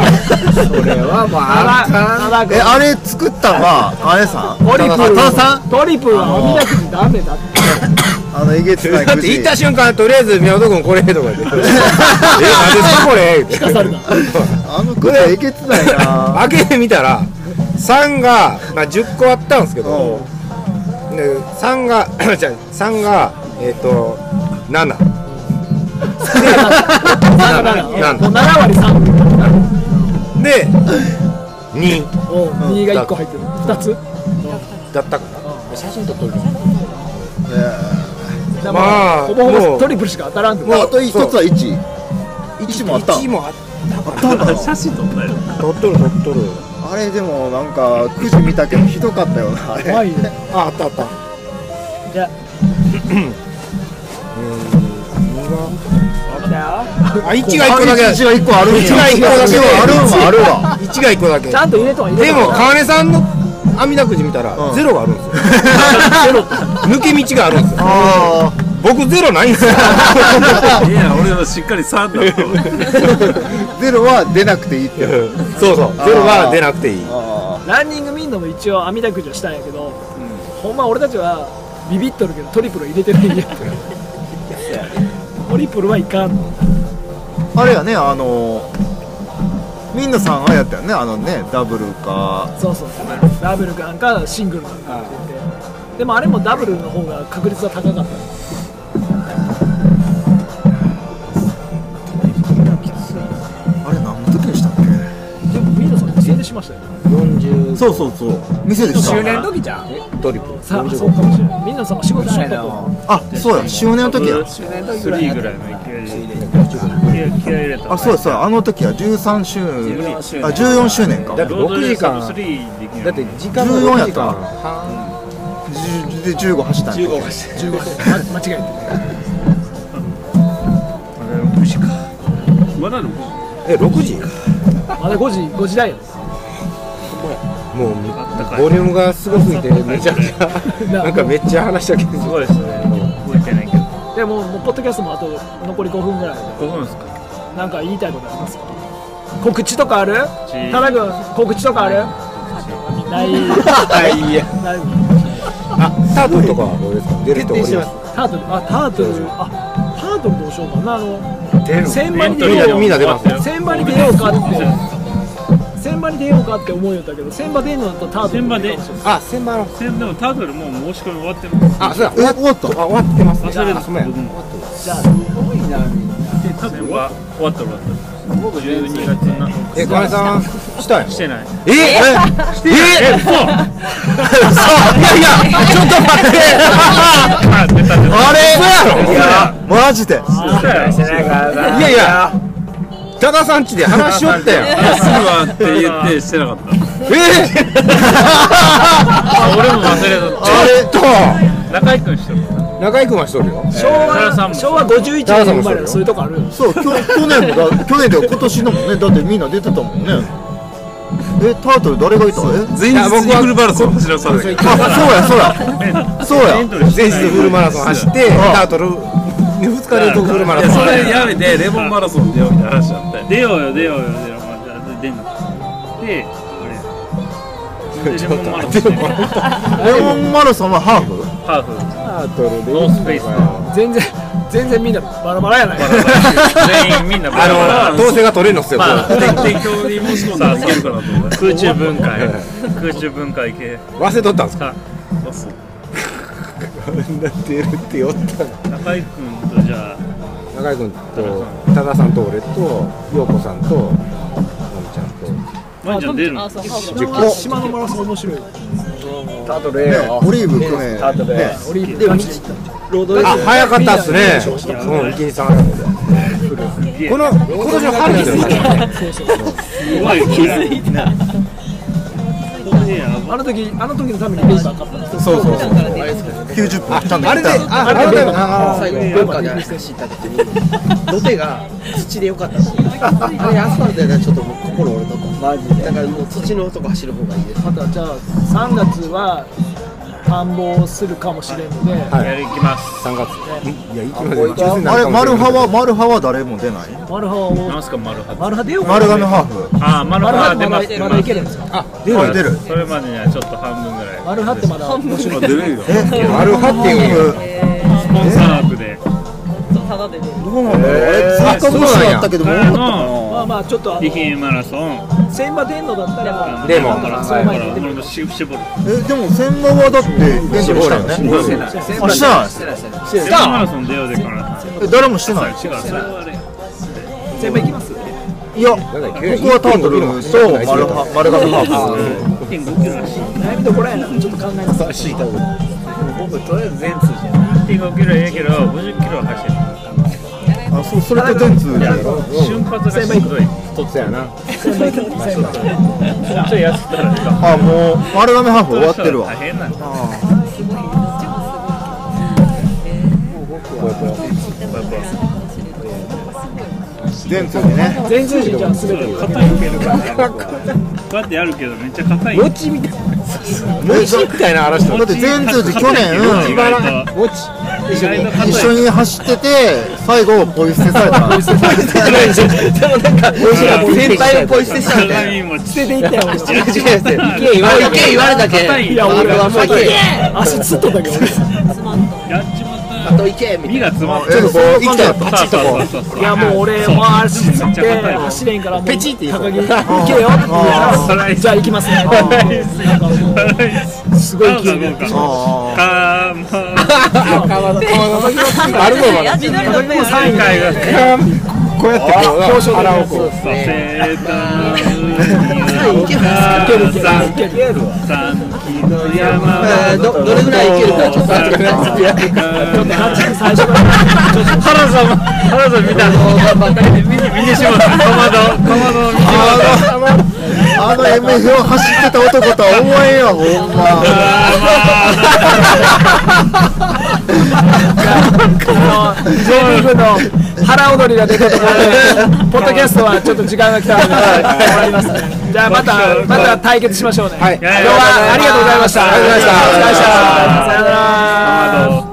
Speaker 2: すよ
Speaker 11: それはもう
Speaker 1: ただた
Speaker 10: え
Speaker 1: だ
Speaker 10: あれ作ったのはあれさん
Speaker 1: トリプル
Speaker 10: あ田さん
Speaker 1: トリプルは網だくじダメだって
Speaker 10: あのえげつない
Speaker 2: だっ
Speaker 10: く
Speaker 2: て
Speaker 10: じ
Speaker 2: 行った瞬間とりあえず宮本君これとか言ってえなんですかこれ
Speaker 1: 聞かされた
Speaker 10: あのくじえげつないな
Speaker 2: 開けてみたら3が、まあ、10個あったんですけ
Speaker 10: お
Speaker 2: どで3がじゃあ3がえっ、と7
Speaker 1: だからもう7割3
Speaker 2: で2
Speaker 1: おう2が1個入ってる2つ
Speaker 2: だったか
Speaker 1: だから
Speaker 2: まあ
Speaker 1: ほぼほ
Speaker 2: も
Speaker 1: ぼ
Speaker 2: う
Speaker 1: トリプルしか当たらんってこと
Speaker 10: あと一つは一一もあった
Speaker 2: 1もあっ
Speaker 4: 写真撮ったよ
Speaker 2: た取っとる取っとる
Speaker 10: あれでもなんかくじ見たけどひどかったよなあれ
Speaker 1: 怖いよ
Speaker 2: ああったあった
Speaker 1: じゃ
Speaker 2: あ1が1個だけだ
Speaker 10: 一が一個あるんや
Speaker 2: 一が一個だけ
Speaker 10: 一があるんはあるわ
Speaker 2: 1が1個だけ
Speaker 1: ちゃんと入れとは入れ
Speaker 2: で
Speaker 1: と
Speaker 2: も
Speaker 1: は
Speaker 2: 川根さんの網だくじ見たら
Speaker 10: うん
Speaker 2: ゼロがあるんですよ 抜け道があるんですよ
Speaker 10: あ
Speaker 2: 僕ゼロないんです よ
Speaker 3: いや俺はしっかり3だったわ
Speaker 10: あゼロは出なくていいってやつ
Speaker 2: そうそうゼロは出なくていい
Speaker 10: あ
Speaker 1: ランニングミンドも一応網だくじはしたんやけど、ほんま俺たちはビビっとるけどトリプルは入れてないんやトリプルはいかん
Speaker 10: ああれやねあのみんなさんはやったよねあのねダブルか
Speaker 1: そうそうダブルなんかシングルなんかって言ってでもあれもダブルの方が確率は高かった
Speaker 10: あれ何の時にしたっけ
Speaker 1: でもミンドさん忘れてしましたよ
Speaker 10: そうそうそう店でした
Speaker 1: 時じゃんトリプルさあそうかもしれないミンドさんが仕事しちゃったと
Speaker 10: あそうや周年の時や
Speaker 4: 3ぐらいの勢いで気合い入れた
Speaker 10: あそうやそうやあの時や13周あ14周年か
Speaker 2: だって6時間
Speaker 4: ロードレースの3できる
Speaker 2: だって時間が
Speaker 10: 14やった
Speaker 2: 6時
Speaker 10: わ10で15走ったん
Speaker 1: 15
Speaker 10: や
Speaker 1: でま間違えて
Speaker 3: まだの
Speaker 2: 間え6時
Speaker 1: まだ5時5時だよ
Speaker 2: もう
Speaker 4: たかい
Speaker 2: ボリュームがすごすぎてめちゃくちゃ
Speaker 1: な
Speaker 2: なんかめっちゃ話したけど
Speaker 4: すごいですね覚えてないけど
Speaker 1: ででもうもうポッドキャストもあと残り5分ぐらいで
Speaker 4: 5分ですか
Speaker 1: なんか言いたいことありますか告知とかある
Speaker 4: 知
Speaker 1: 田中君告知とかあるない
Speaker 2: ないや
Speaker 1: ない
Speaker 2: あタートルとかはどうですか出る人おります
Speaker 1: タートルあタートルあタートルどうしようかなあの
Speaker 2: 出る
Speaker 1: 千羽に出よう
Speaker 2: みんな出ますよ
Speaker 1: 千羽に出ようかって千羽に出ようかって思いよったけど千羽出んのだったらタートル千羽で
Speaker 2: あ千羽
Speaker 4: 千でもタートルもう申し込み終わってます
Speaker 2: あそうだ終わ終わったあ終わってます
Speaker 4: あそれです
Speaker 2: あそうや
Speaker 4: 僕も
Speaker 1: じゃあ
Speaker 4: ごいなみんな千は終わった終わった僕12月な
Speaker 2: え金さん したいの
Speaker 4: してない
Speaker 2: ええしてえ嘘嘘いやいやちょっと待ってあれ嘘やろマジでいやいや多田さんちで話しよったやん
Speaker 3: すぐはって言ってしてなかった
Speaker 2: えち
Speaker 3: 俺も忘れた
Speaker 2: ょっと
Speaker 4: 中井君してる
Speaker 2: 中井君はしとるよ
Speaker 1: 昭和昭和51年生まれのそういうとこある
Speaker 10: そう去去年もだ去年というか今年のもねだってみんな出てたもんねえタートル誰がいたえ
Speaker 3: 前日にフルマラソン走らされ
Speaker 10: あそうやそうやそうや
Speaker 2: 前日フルマラソン走ってタートル2日連続フルマラソン
Speaker 3: それやめてレモンマラソン出ようみたいな話あって
Speaker 4: 出ようよ出ようよ出ようまあ出んのであれでレモンマラソンしてる
Speaker 10: レモンマラソンはハーフ
Speaker 4: ハーフ
Speaker 2: タートルで
Speaker 4: ノースペース
Speaker 1: 全然全然みんなバラバラやない
Speaker 4: 全員みんなバ
Speaker 2: あ
Speaker 4: ラバラ
Speaker 2: の統制が取れるのっすよ
Speaker 4: まあ
Speaker 2: これ
Speaker 3: 適当に申し込んだらいけるかなと思って
Speaker 4: 空中分解空中分解系
Speaker 2: 忘れとったんです か
Speaker 4: あそう
Speaker 2: 出るってよったの
Speaker 4: 中井君とじゃあ
Speaker 2: 中井君と多田さんと俺と陽子さんとのみちゃんと
Speaker 4: まんちゃん出るの
Speaker 9: あそう
Speaker 1: 島島のマラソン面白い
Speaker 11: タートルええよ
Speaker 10: オリーブ去年
Speaker 11: タートルええ
Speaker 1: オリーブガチで行ったロードレース
Speaker 2: あ早かったっすね
Speaker 1: みんなで優勝した
Speaker 2: うん気に障らなかったこの今年の春ですよ
Speaker 1: そうそうそう
Speaker 4: うまい気づいた
Speaker 1: あの時あの時のためにペーパー買ったんですよ
Speaker 2: そうそうそう
Speaker 10: 90分ちゃんと
Speaker 2: あれでああれであ
Speaker 5: 最後
Speaker 2: あ
Speaker 5: にバンカーでリクエストした時に土手が土でよかったしあれアスファルトやったらちょっともう心折れとったマジでだからもう土のとこ走る方がいいです
Speaker 1: またじゃあ3月は田んぼをするかもしれんので、
Speaker 2: はい
Speaker 4: やりきます
Speaker 2: 3月いやいきま
Speaker 10: あれマルハはマルハは誰も出ない
Speaker 1: マルハを
Speaker 4: 何すか丸ハ
Speaker 1: マルハ出ようか
Speaker 10: 丸亀ハーフ
Speaker 4: あー丸
Speaker 1: マル
Speaker 4: ハ
Speaker 1: ハ
Speaker 4: 出
Speaker 1: まだ
Speaker 4: ます出
Speaker 1: ま
Speaker 4: ま
Speaker 1: だい
Speaker 4: す
Speaker 1: けるんですか
Speaker 2: 出る
Speaker 10: あ出る
Speaker 4: それまでにはちょっと半分ぐらい
Speaker 1: マルハってまだ面白い
Speaker 3: 出れるよ
Speaker 10: え
Speaker 2: マルハっていう
Speaker 6: え
Speaker 4: スポンサー枠で
Speaker 6: ー、ただで出る。
Speaker 10: どうなんだろうあれ参加募集あったけども
Speaker 4: からの
Speaker 1: まあまあちょっとあ
Speaker 4: 備品
Speaker 1: の
Speaker 4: マラソン
Speaker 1: 千葉出んのだったら
Speaker 2: でも
Speaker 1: からその前に出てくる
Speaker 4: シフシボル
Speaker 10: えでも千葉はだって現地したよね
Speaker 3: 出せない
Speaker 10: あしてない
Speaker 4: セブンマラソン出ようぜからな
Speaker 10: え誰もしてない
Speaker 4: 違うそれはね
Speaker 1: 千葉行きます
Speaker 10: いやここはタートルと丸ハ丸亀ハーフ
Speaker 4: 1.5キロらしい
Speaker 1: 悩みどころやなちょっと考えます
Speaker 5: 僕とりあえず全通じゃない
Speaker 4: 1.5キロやけど50キロは走る
Speaker 10: あそうそれと全通で
Speaker 4: 瞬発がしんどい
Speaker 2: とったやな
Speaker 4: ちょっと痩せたらね
Speaker 10: あもう丸亀ハーフ終わってるわ
Speaker 4: 大変 なんだ
Speaker 10: 全通でね
Speaker 1: 全通じゃあ全て
Speaker 4: 硬いけどこうやってやるけどめっちゃ硬い
Speaker 2: もちみたいなもちみたいな話だ
Speaker 10: だって全通で去
Speaker 4: 意
Speaker 10: 年
Speaker 4: 外と
Speaker 2: もち
Speaker 4: 意外と
Speaker 10: 一
Speaker 4: 硬
Speaker 10: 緒
Speaker 4: い
Speaker 10: に走ってて最後ポイ捨てされた
Speaker 5: でもなんか先輩をポイ捨てしたみたいな
Speaker 4: 鏡も
Speaker 1: 捨てていったよ俺
Speaker 5: 違う違う違う。
Speaker 4: 言われた
Speaker 5: け言われたけ。
Speaker 4: 硬い
Speaker 1: いや
Speaker 4: や
Speaker 1: 俺
Speaker 5: 俺
Speaker 1: は
Speaker 5: は
Speaker 1: も
Speaker 5: も
Speaker 1: う
Speaker 5: う
Speaker 1: 足つっとったけど
Speaker 4: っちまった
Speaker 5: あと行けみたい
Speaker 4: 身
Speaker 5: な。
Speaker 4: が詰まって
Speaker 10: ちょっとこう生きたよ
Speaker 4: パチッとこうそうそうそう
Speaker 1: いやもう俺もう足つ
Speaker 4: め
Speaker 1: っ
Speaker 4: っちゃ
Speaker 1: て
Speaker 4: 硬いわ
Speaker 1: 走れんからもう
Speaker 2: ペチって言う
Speaker 1: 高木行けよ
Speaker 10: あ
Speaker 4: スライス
Speaker 1: じゃあ行きますねなんかも
Speaker 4: スライス
Speaker 1: うすごい勢いで
Speaker 10: あ
Speaker 4: あ
Speaker 10: あ
Speaker 4: ーまあ
Speaker 2: あるのかな
Speaker 6: 味のりのペンあ
Speaker 4: 世界が
Speaker 2: こうやってこう表彰腹をこう
Speaker 4: させたのにお母さんさんきの山は
Speaker 5: どどれぐらいいけるかちょっと後で
Speaker 4: さんきの山
Speaker 1: ガチで最初から
Speaker 4: 原さんも原さん見た見て見てしまったかまどかまどを見てしまった
Speaker 10: あの MF を走ってた男とは思えんよほんま
Speaker 1: JB の腹踊りが出たところでポッドキャストはちょっと時間が来たので終わりますねじゃあまたまた対決しましょうね今日はありがとうございました
Speaker 2: ありがとうございました
Speaker 1: お疲れ様でしたさよなら
Speaker 4: かまど